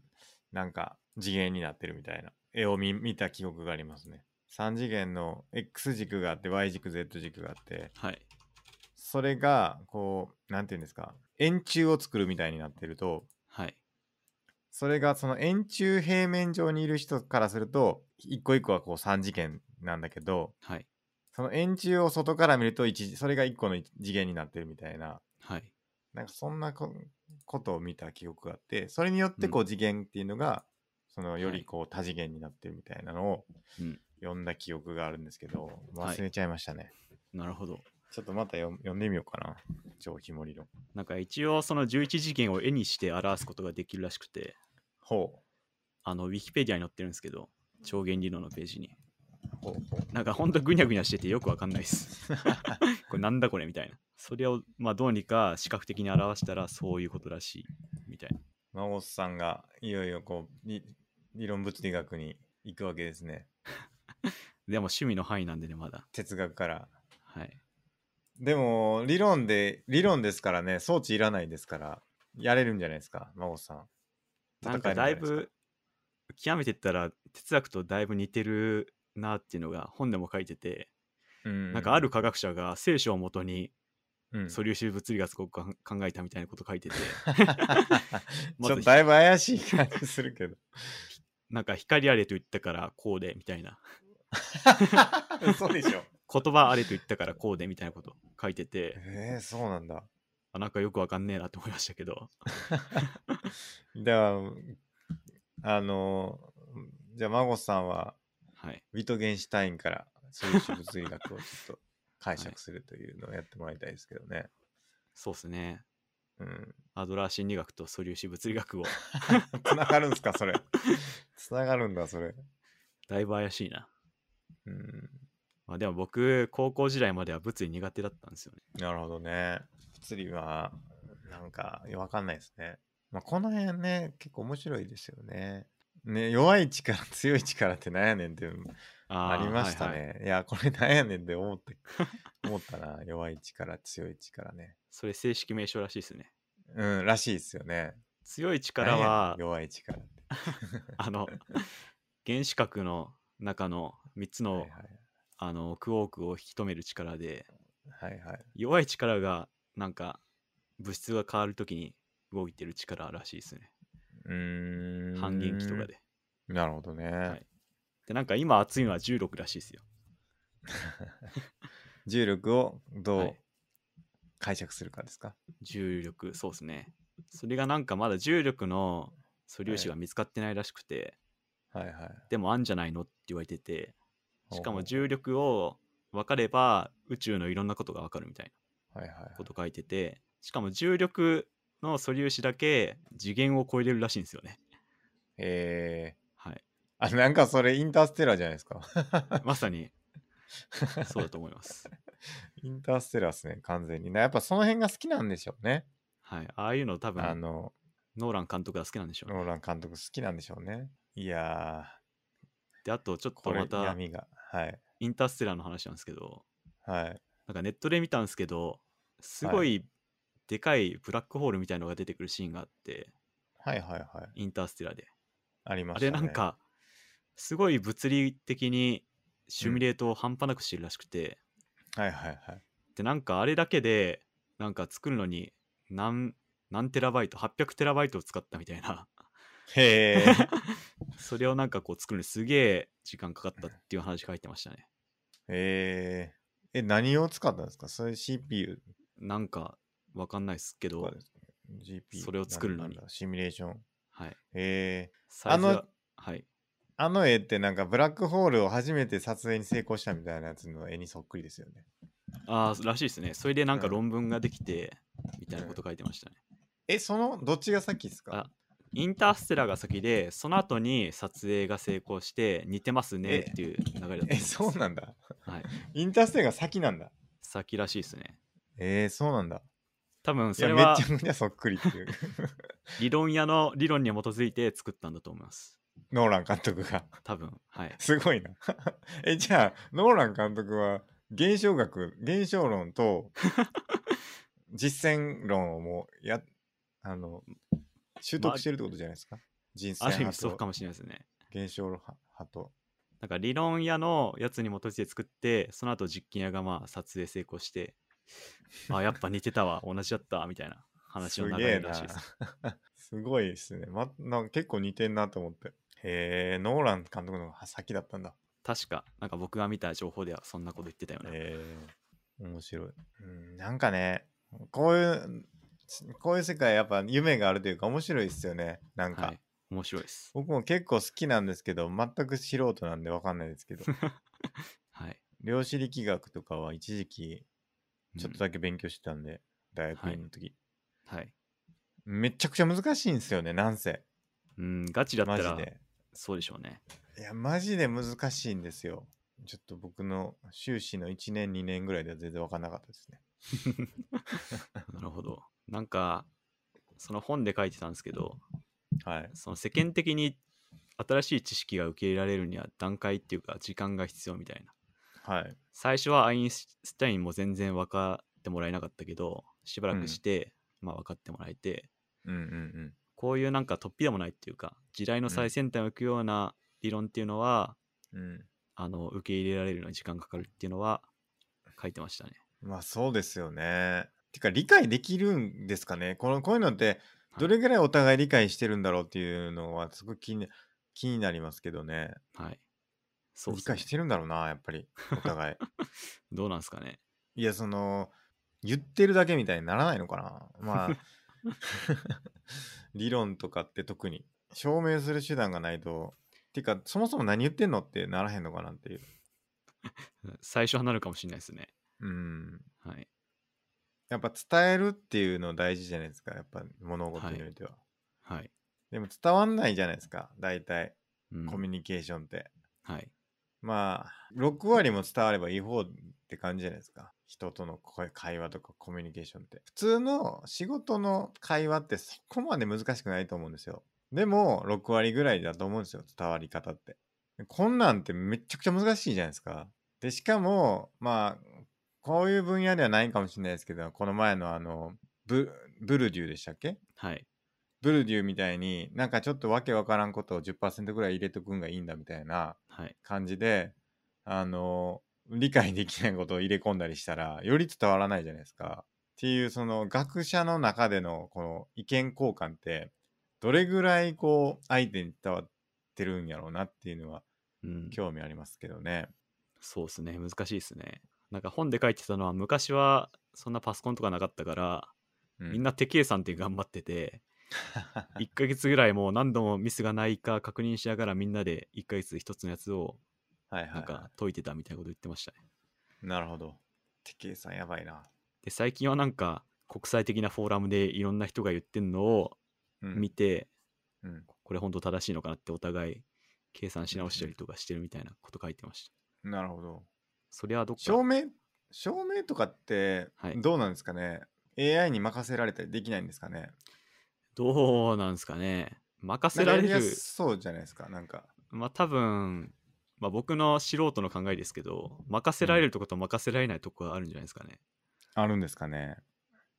なんか、次元になってるみたいな絵を見見た記憶がありますね。3次元の X 軸があって Y 軸 Z 軸があってはい。それがこうなんていうんですか円柱を作るみたいになってるとはい。それがその円柱平面上にいる人からすると一個一個はこう3次元なんだけどはい。その円柱を外から見ると一それが一個の一次元になってるみたいなはい。なんかそんなこことを見た記憶があってそれによってこう次元っていうのが、そのよはいりこう多次元になってるみたいなのをうん読んだ記憶があるんですけどはい忘れちゃいましたね、なるほど。ちょっとまた読読んでみようかな上ひも理論なんか一応その11次元を絵にして表すことができるらしくて、ほあの、ウィキペディアに載ってるんですけど、超弦理論のページに。うほうほうなんかほんとぐにゃぐにゃしててよくわかんない です。これなんだこれみたいな。それをまあどうにか視覚的に表したらそういうことらしいみたいな。孫さんがいよいよこう理理論物理学に行くわけですねでも趣味の範囲なんでね、まだ。哲学からはい。でも理論で理論ですからね装置いらないですからやれるんじゃないですか孫さんなんかだい戦えるんじゃないぶ極めてったら哲学とだいぶ似てるなっていうのが本でも書いてて、うんなんかある科学者が聖書をもとにうん 素粒子物理学を考えたみたいなこと書いてて、ちょっとだいぶ怪しい感じするけど。なんか光あれと言ったからこうでみたいな、 そうでしょ。言葉あれと言ったからこうでみたいなこと書い てて、えー、そうなんだ。あなんかよくわかんねえなと思いましたけど、では、あのー、じゃあ、孫さんは、はい。ウィトゲンシュタインから、そういう植物医学をちょ っと解釈するというのをやってもらいたいですけどね。そうですね。うん。 アドラー心理学と素粒子物理学を、つながるんすか、それ。つながるんだ、それ。だいぶ怪しいな。うん。まあでも僕、高校時代までは物理苦手だったんですよね。なるほどね。物理は、なんか、わかんないですね。まあ、この辺ね、結構面白いですよね。ね、弱い力、強い力ってなんやねんって、ああーりましたね。はいいはいや、これなんやねんって思って、 思ったな。弱い力、強い力ね。それ正式名称らしいですね。うん、らしいですよね。強い力なんやねはん、弱い力って。あの、原子核の中の3つの,、はいあのクオークを引き止める力で、はい。はいはい。弱い力がなんか物質が変わるときに動いてる力らしいですね。うーん。半減期とか。で。なるほどね。いで、なんか今熱いのは重力らしいですよ。重力をどはうい解釈するかですか、重力、そうですね。それがなんかまだ重力の素粒子が見つかってないらしくて、はい、はいはいでもあんじゃないのって言われてて、しかほうほもう重力を分かれば宇宙のいろんなことが分かるみたいな。はいはいはい。こと書いててしかも重力の素粒子だけ次元を超えれるらしいんですよねえはいー、あ、なんかそれインターステラーじゃないですか。 まさにそうだと思いますインターステラーですね、完全に。なやっぱその辺が好きなんでしょうね。はいああいうの多分あの、ノーラン監督が好きなんでしょうねノーラン監督好きなんでしょうね。いやであとちょっー、とこれまた闇が。はい。インターステラーの話なんですけどはい。なんかネットで見たんですけどすごはいでかいブラックホールみたいのが出てくるシーンがあってはいはいはい。インターステラーでありまあしたれね。なん。かすごい物理的にシミュレートを半端なくしてるらしくて、はいはいはい。でなんかあれだけでなんか作るのに何何テラバイト800テラバイトを使ったみたいな へそれをなんかこう作るのにすげえ時間かかったっていう話書いてましたねえ。えー。え、何を使ったんですかそれ CPU なんかわかんないっすけとどかですか ?GP。それを作るのになんだシミュレーション。はいえー。サイズがあのはいあの絵ってなんかブラックホールを初めて撮影に成功したみたいなやつの絵にそっくりですよね。あーらしいですねそれでなんかうん論文ができてみたいなこと書いてましたねえ、その、どっちが先ですかあインターステラーが先でその後に撮影が成功して似てますねっていう流れだったと思いまえ、すそうなんだ。はいインターステラーが先なんだ。先らしいですねえー、そうなんだ。多分いそや、れめっはちゃめちゃそっくりっていう。 理論屋の理論に基づいて作ったんだと思います。ノーラン監督が。 多分はい。すごいな。え、じゃあ、ノーラン監督は現象学、現象論 と実践論をもうや、あの、習得してるってことじゃないですか。人生ある意味派そうかともしれないですね。現象論派派と。なんか理論屋のやつに基づいて作って、その後実験屋がまあ撮影成功して、あ、やっぱ似て たわ、同じだった、みたいな話のす流げえれな らしいです。すごいですね。ま、なんか結構似てんなと思って。へえ、ノーラン監督の方が先だったんだ。確か、なんか僕が見た情報ではそんなこと言ってたよね。へえ、面白い。うん、なんかね、こういう、こういう世界やっぱ夢があるというか面白いですよね。なんか、はい。面白いです。僕も結構好きなんですけど、全く素人なんでわかんないですけ ど、はい。量子力学とかは一時期ちょっとだだけ勉強してたんで、大学はい院の時、け。はい。めちゃくちゃ難しいんですよね、なんせ。うん、ガチだったマジら、で。そうでしょうね。いや、マジで難しいんですよ。ちょっと僕の修士の1年、2年ぐらいでは全然わかんなかったですね。なるほど。なんか、その本で書いてたんですけど、はい。その世間的に新しい知識が受け入れられるには段階っていうか時間が必要みたいな。はい。最初はアインシュタインも全然分かってもらえなかったけど、しばらくして、まあ分かってもらえて、うんうんうん。こういうなんか突飛でもないっていうか、時代の最先端を行くような理論っていうのは、うん、あの、受け入れられるのに時間かかるっていうのは書いてましたね。まあそうですよね。てか理解できるんですかねこのこういうのってはいどれぐらいお互い理解してるんだろうっていうのはすごい気に気になりますけどね。はい。そうっ理すね解してるんだろうな、やっぱりお互い。どうなんですかね。いや、その言ってるだけみたいにならないのかなま あ理論とかって特に証明する手段がないと。てかそもそも何言ってんのってならへんのかなっていう。最初はなるかもしれないですね。うん。はい。やっぱ伝えるっていうの大事じゃないですか。やっぱ物事においては。はい。でも伝わんないじゃないですか大体うんコミュニケーションって、はい。まあ6割も伝わればいい方って感じじゃないですか人との声会話とかコミュニケーションって普通の仕事の会話ってそこまで難しくないと思うんですよでも6割ぐらいだと思うんですよ伝わり方ってこんなんってめっちゃくちゃ難しいじゃないですかでしかもまあこういう分野ではないかもしれないですけどこの前のあのブブルデューでしたっけはい。ブルデューみたいになんかちょっとわけわからんことを10%ぐらい入れとくんがいいんだみたいなはい。感じであの理解できないことを入れ込んだりしたらより伝わらないじゃないですか。っていうその学者の中でのこの意見交換ってどれぐらいこう相手に伝わってるんやろうなっていうのはうん、興味ありますけどね。そうですね。難しいですね。なんか本で書いてたのは、昔はそんなパソコンとかなかったから、う みんな手計算って頑張ってて、1ヶ月ぐらいもう何度もミスがないか確認しながらみんなで1ヶ月1つのやつをはいはいはいなんか解いてたみたいなこと言ってましたね。なるほど。手計算やばいな。で、最近はなんか国際的なフォーラムでいろんな人が言ってんのをうん見て、うんこれ本当正しいのかなってお互い計算し直したりとかしてるみたいなこと書いてました。なるほど。それはどっか証明証明とかってはいどうなんですかね、AI に任せられたりできないんですかねどうなんですかね任なせんからやれりやるすそうじゃないですかなんかまあ多分、まあ、僕の素人の考えですけど任せられるとこと任せられないとこがあるんじゃないですかね、あるんですかね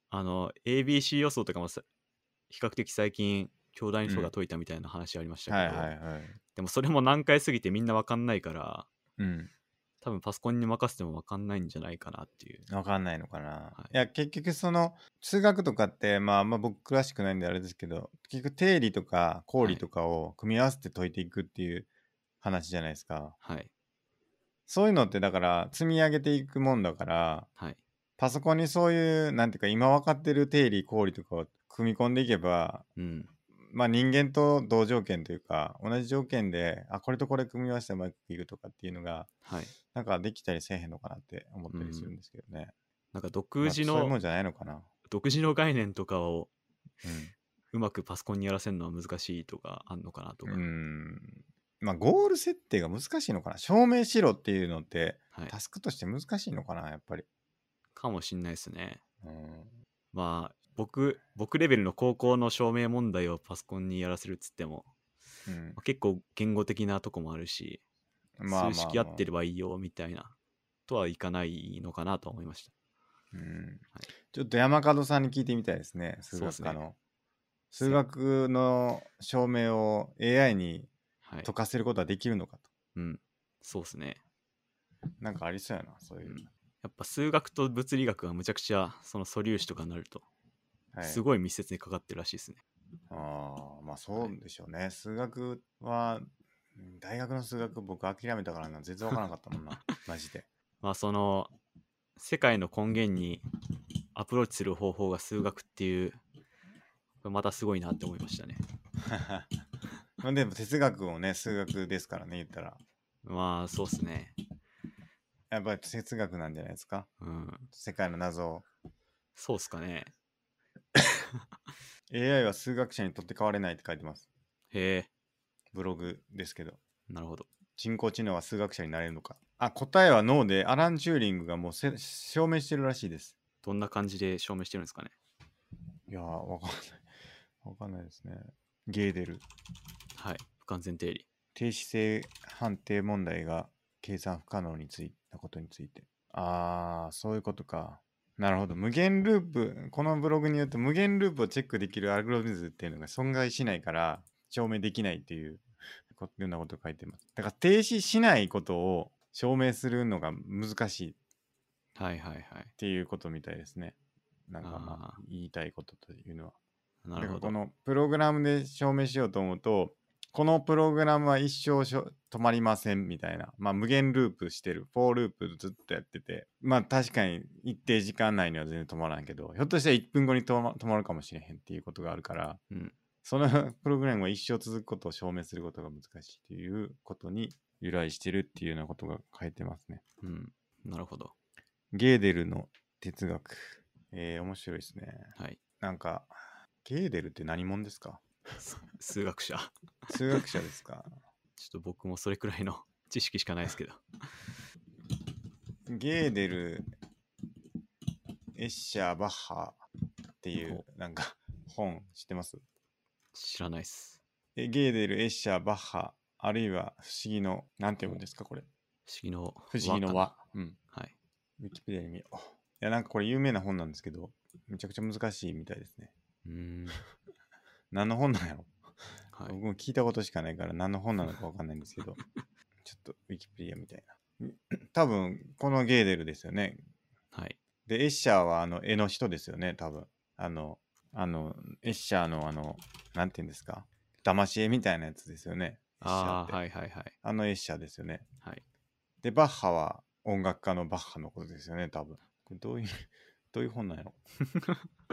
あの ABC 予想とかもさ比較的最近兄弟の人が解いたみたいな話ありましたけはいど、はいはいでもそれも難解すぎてみんな分かんないからうん多分パソコンに任せても分かんないんじゃないかなっていう分かんないのかな、いい、や結局その数学とかってまああんま僕詳しくないんであれですけど結局定理とか公理とかを組み合わせて解いていくっていう話じゃないですか、はいそういうのってだから積み上げていくもんだからはいパソコンにそういうなんていうか今分かってる定理公理とかを組み込んでいけばうんまあ、人間と同条件というか同じ条件であこれとこれ組み合わせてうまくいくとかっていうのがはいなんかできたりせえへんのかなって思ったりするんですけどね、なんか独まあ自そういの、うもんじゃないのかな、独自の概念とかをううまくパソコンにやらせるのは難しいとかあんのかなとんか、うんまあゴール設定が難しいのかな証明しろっていうのってはい、タスクとして難しいのかなやっぱり、かもしんないですねうん、まあ僕僕レベルの高校の証明問題をパソコンにやらせるっつっても、うんまあ結構言語的なとこもあるし、まあまあまあ数式合ってればいいよみたいなとはいかないのかなと思いました。うんちょっと山門さんに聞いてみたいですね、数そうっ学すね科の。数学の証明を AI にはい。解かせることはできるのかと。うん。そうですね。。なんかありそうやな、そういううんやっぱ数学と物理学がむちゃくちゃその素粒子とかになるとはい、すごい密接にかかってるらしいですね。あーまあそうでしょうね。数学は、うん大学の数学僕諦めたからな、全然わからなかったも んな、マジで。まあその世界の根源にアプローチする方法が数学っていうこれまたすごいなって思いましたね。まあでも哲学もね、数学ですからね、言ったら。まあそうですね。やっぱり哲学なんじゃないですか。うん。世界の謎を。そうっすかね。 AI は数学者にとって変われないって書いてます。へえ。ブログですけど。なるほど。人工知能は数学者になれるのか。あ、答えはノーで、アラン・チューリングがもうせ証明してるらしいです。どんな感じで証明してるんですかね。いやー、わかんない。わかんないですね。ゲーデル。はい。不完全定理。停止性判定問題が計算不可能についたことについて。あー、そういうことか。なるほど。無限ループ、このブログによって無限ループをチェックできるアルゴリズムっていうのが存在しないから、証明できないっていう、こようなこと書いてます。だから停止しないことを証明するのが難しいはいはいはい。っていうことみたいですね。なんかまああ言いたいことというのは。なるだからほこど。のプログラムで証明しようと思うと、このプログラムは一生しょ止まりませんみたいな、まあ、無限ループしてる、フォーループずっとやってて、まあ確かに一定時間内には全然止まらんけど、ひょっとしたら1分後に止ま止まるかもしれへんっていうことがあるから、うん。その プログラムは一生続くことを証明することが難しいということに由来してるっていうようなことが書いてますね。うん。なるほど。ゲーデルの哲学。えー、面白いですね。はい。なんか、ゲーデルって何者ですかす数学者。数学者ですかちょっと僕もそれくらいの 知識しかないですけど。ゲーデル、エッシャー・バッハっていう、なんか、本知ってます知らないっす。えゲーデル、エッシャー、バッハ、あるいは不思議の、なんて読むんですかこれ。不思議の不思議の輪か。うん。な。はい。ウィキペディアに見よう。いや、なんかこれ有名な本なんですけど、めちゃくちゃ難しいみたいですね。うーん。何の本なんやろはい。僕も聞いたことしかないから何の本なのかわかんないんですけどちょっとウィキペディアみたいな多分このゲーデルですよねはい。でエッシャーはあの絵の人ですよね多分あのあのエッシャーのあのなんて言うんですか騙し絵みたいなやつですよねエッシャーっあてあ、はいはいはい。あのエッシャーですよねはい。でバッハは音楽家のバッハのことですよね多分これどういうどういう本なんやろ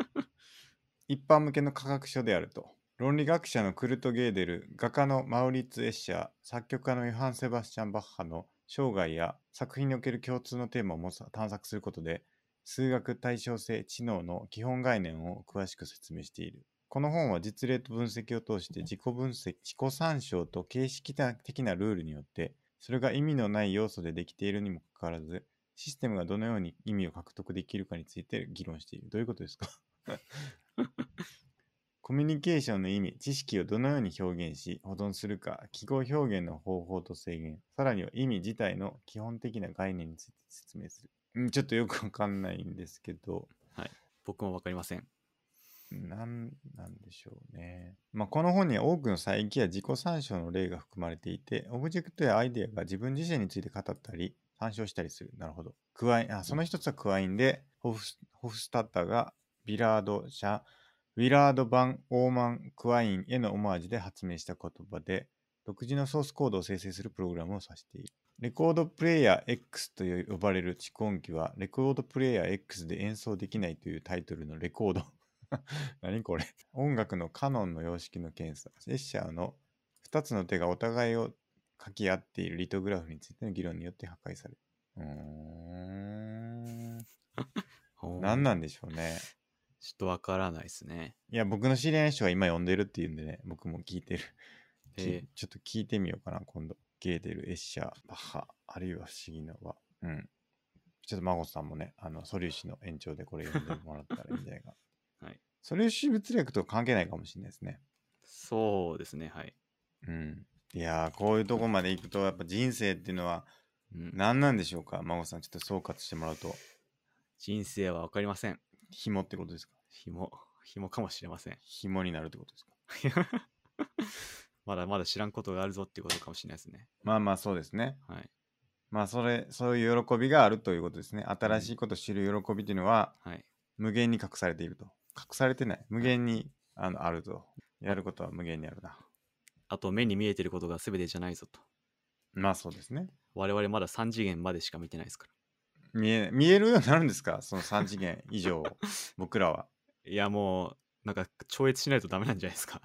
一般向けの科学書であると論理学者のクルト・ゲーデル画家のマウリッツ・エッシャー作曲家のヨハン・セバスチャン・バッハの生涯や作品における共通のテーマをもさ探索することで数学対称性知能の基本概念を詳しく説明しているこの本は実例と分析を通して自己分析自己参照と形式的なルールによってそれが意味のない要素でできているにもかかわらずシステムがどのように意味を獲得できるかについて議論しているどういうことですか コミュニケーションの意味知識をどのように表現し保存するか記号表現の方法と制限さらには意味自体の基本的な概念について説明するうんちょっとよくわかんないんですけど僕もわかりません。なんなんでしょうね。まあ、この本には多くの再起や自己参照の例が含まれていて、オブジェクトやアイデアが自分自身について語ったり、参照したりする。なるほど。クワインあその一つはクワインで、ホフスホフスタッターがビラード社、ウィラード・版オーマン・クワインへのオマージュで発明した言葉で、独自のソースコードを生成するプログラムを指している。レコードプレイヤー X と呼ばれる蓄音機は、レコードプレイヤー X で演奏できないというタイトルのレコード。 何これ音楽のカノンの様式の検査、エッシャーの2つの手がお互いを書き合っているリトグラフについての議論によって破壊される。うーん。何ななんでしょうね。ちょっとわからないですね。いや、僕の知り合いの人が今読んでるっていうんでね、僕も聞いてる。きえ。ちょっと聞いてみようかな、今度。ゲーデル、エッシャー、バッハ、あるいは不思議の輪。うん。ちょっと孫さんもね、あの、素粒子の延長でこれ読んでもらったらいいんじゃないか はい。素粒子物理学とは関係ないかもしれないですね。そうですね。はい。うん。いやー、こういうとこまで行くと、やっぱ人生っていうのは、うん何なんでしょうか孫さん、ちょっと総括してもらうと、人生は分かりません。紐ってことですか紐、紐かもしれません。紐になるってことですかまだまだ知らんことがあるぞっていうことかもしれないですね。まあまあそうですね。はい。まあそれ、そういう喜びがあるということですね。新しいことを知る喜びというのは、はい。無限に隠されていると。隠されてない。無限にあのあると。やることは無限にあるな。あと、目に見えてることが全てじゃないぞと。まあそうですね。我々まだ3次元までしか見てないですから。見え見えるようになるんですかその3次元以上を僕らはいや、もう、なんか超越しないとダメなんじゃないですか。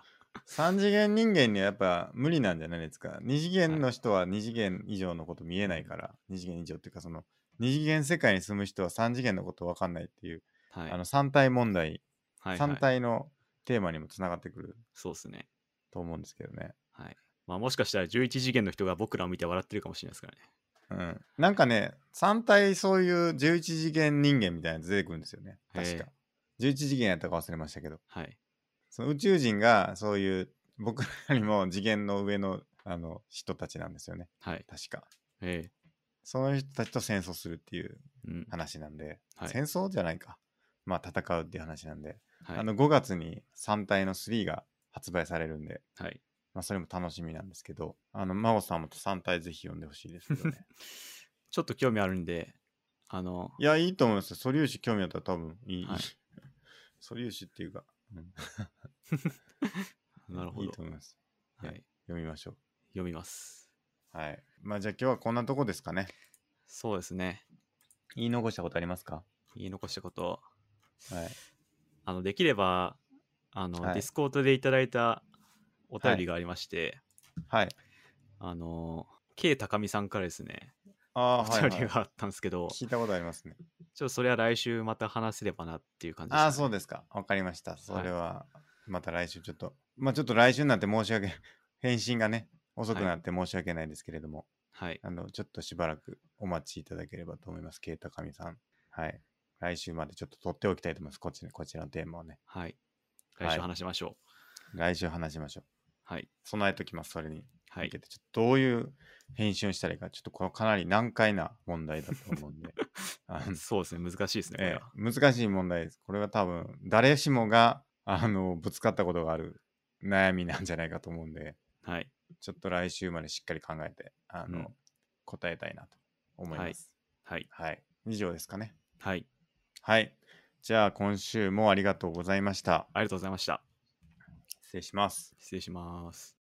3次元人間にはやっぱ無理なんじゃないですか2次元の人は2次元以上のこと見えないから、2次元以上っていうかその2次元世界に住む人は3次元のこと分かんないっていう、はい。あの3体問題、はい、三3はい。体のテーマにもつながってくるそうですね。と思うんですけどねはい。まあ、もしかしたら11次元の人が僕らを見て笑ってるかもしれないですからね。うん、なんかね3体そういう11次元人間みたいなやつ出てくるんですよね確か11次元やったか忘れましたけどはい。その宇宙人がそういう僕らよりも次元の上のあの人たちなんですよねはい。確かえその人たちと戦争するっていうえうん。話なんで、はい戦争じゃないかまあ戦うっていう話なんで、はい。あの5月に3体の3が発売されるんで、はい。まあ、それも楽しみなんですけどあの真央さんも3体ぜひ読んでほしいですけどね ちょっと興味あるんで、あの、いやいいと思いますよ素粒子興味あったら多分いい、はい 素粒子っていうか、うんなるほいどい。と思いますはい。読みましょ読みます。うはいまあじゃあ今日はこんなとこですかねそうですね。言い残したことありますか言い残したこと。はい。あの、できれば、あの、はいディスコードでいただいたお便りがありまして、はい。あの、K 高見さんからですね、あおあー、はい、便はりい。があったんですけど、聞いたことありますね。ちょっとそれは来週また話せればなっていう感じああ、そううですか。わかりました。それは、また来週ちょっと、まあちょっと来週になって申し訳、 返信がね、遅くなって申し訳ないですけれども、はい。あの、ちょっとしばらくお待ちいただければと思います。ケイタカミさん。はい。来週までちょっと取っておきたいと思います。こっちこちらのテーマをね。はい。はい来週話しましょう。来週話しましょう。はい。備えときます、それに。は向いけ。てちょっとどういう返信をしたらいいか、ちょっとこれかなり難解な問題だと思うんで、あのそうですね、難しいですね、これええは。難しい問題です。これは多分誰しもがあのぶつかったことがある悩みなんじゃないかと思うんで、はい。ちょっと来週までしっかり考えてあの、うん答えたいなと思います。はい。はい、以上ですかね。はい。はい。じゃあ今週もありがとうございました。ありがとうございました。失礼します。失礼します。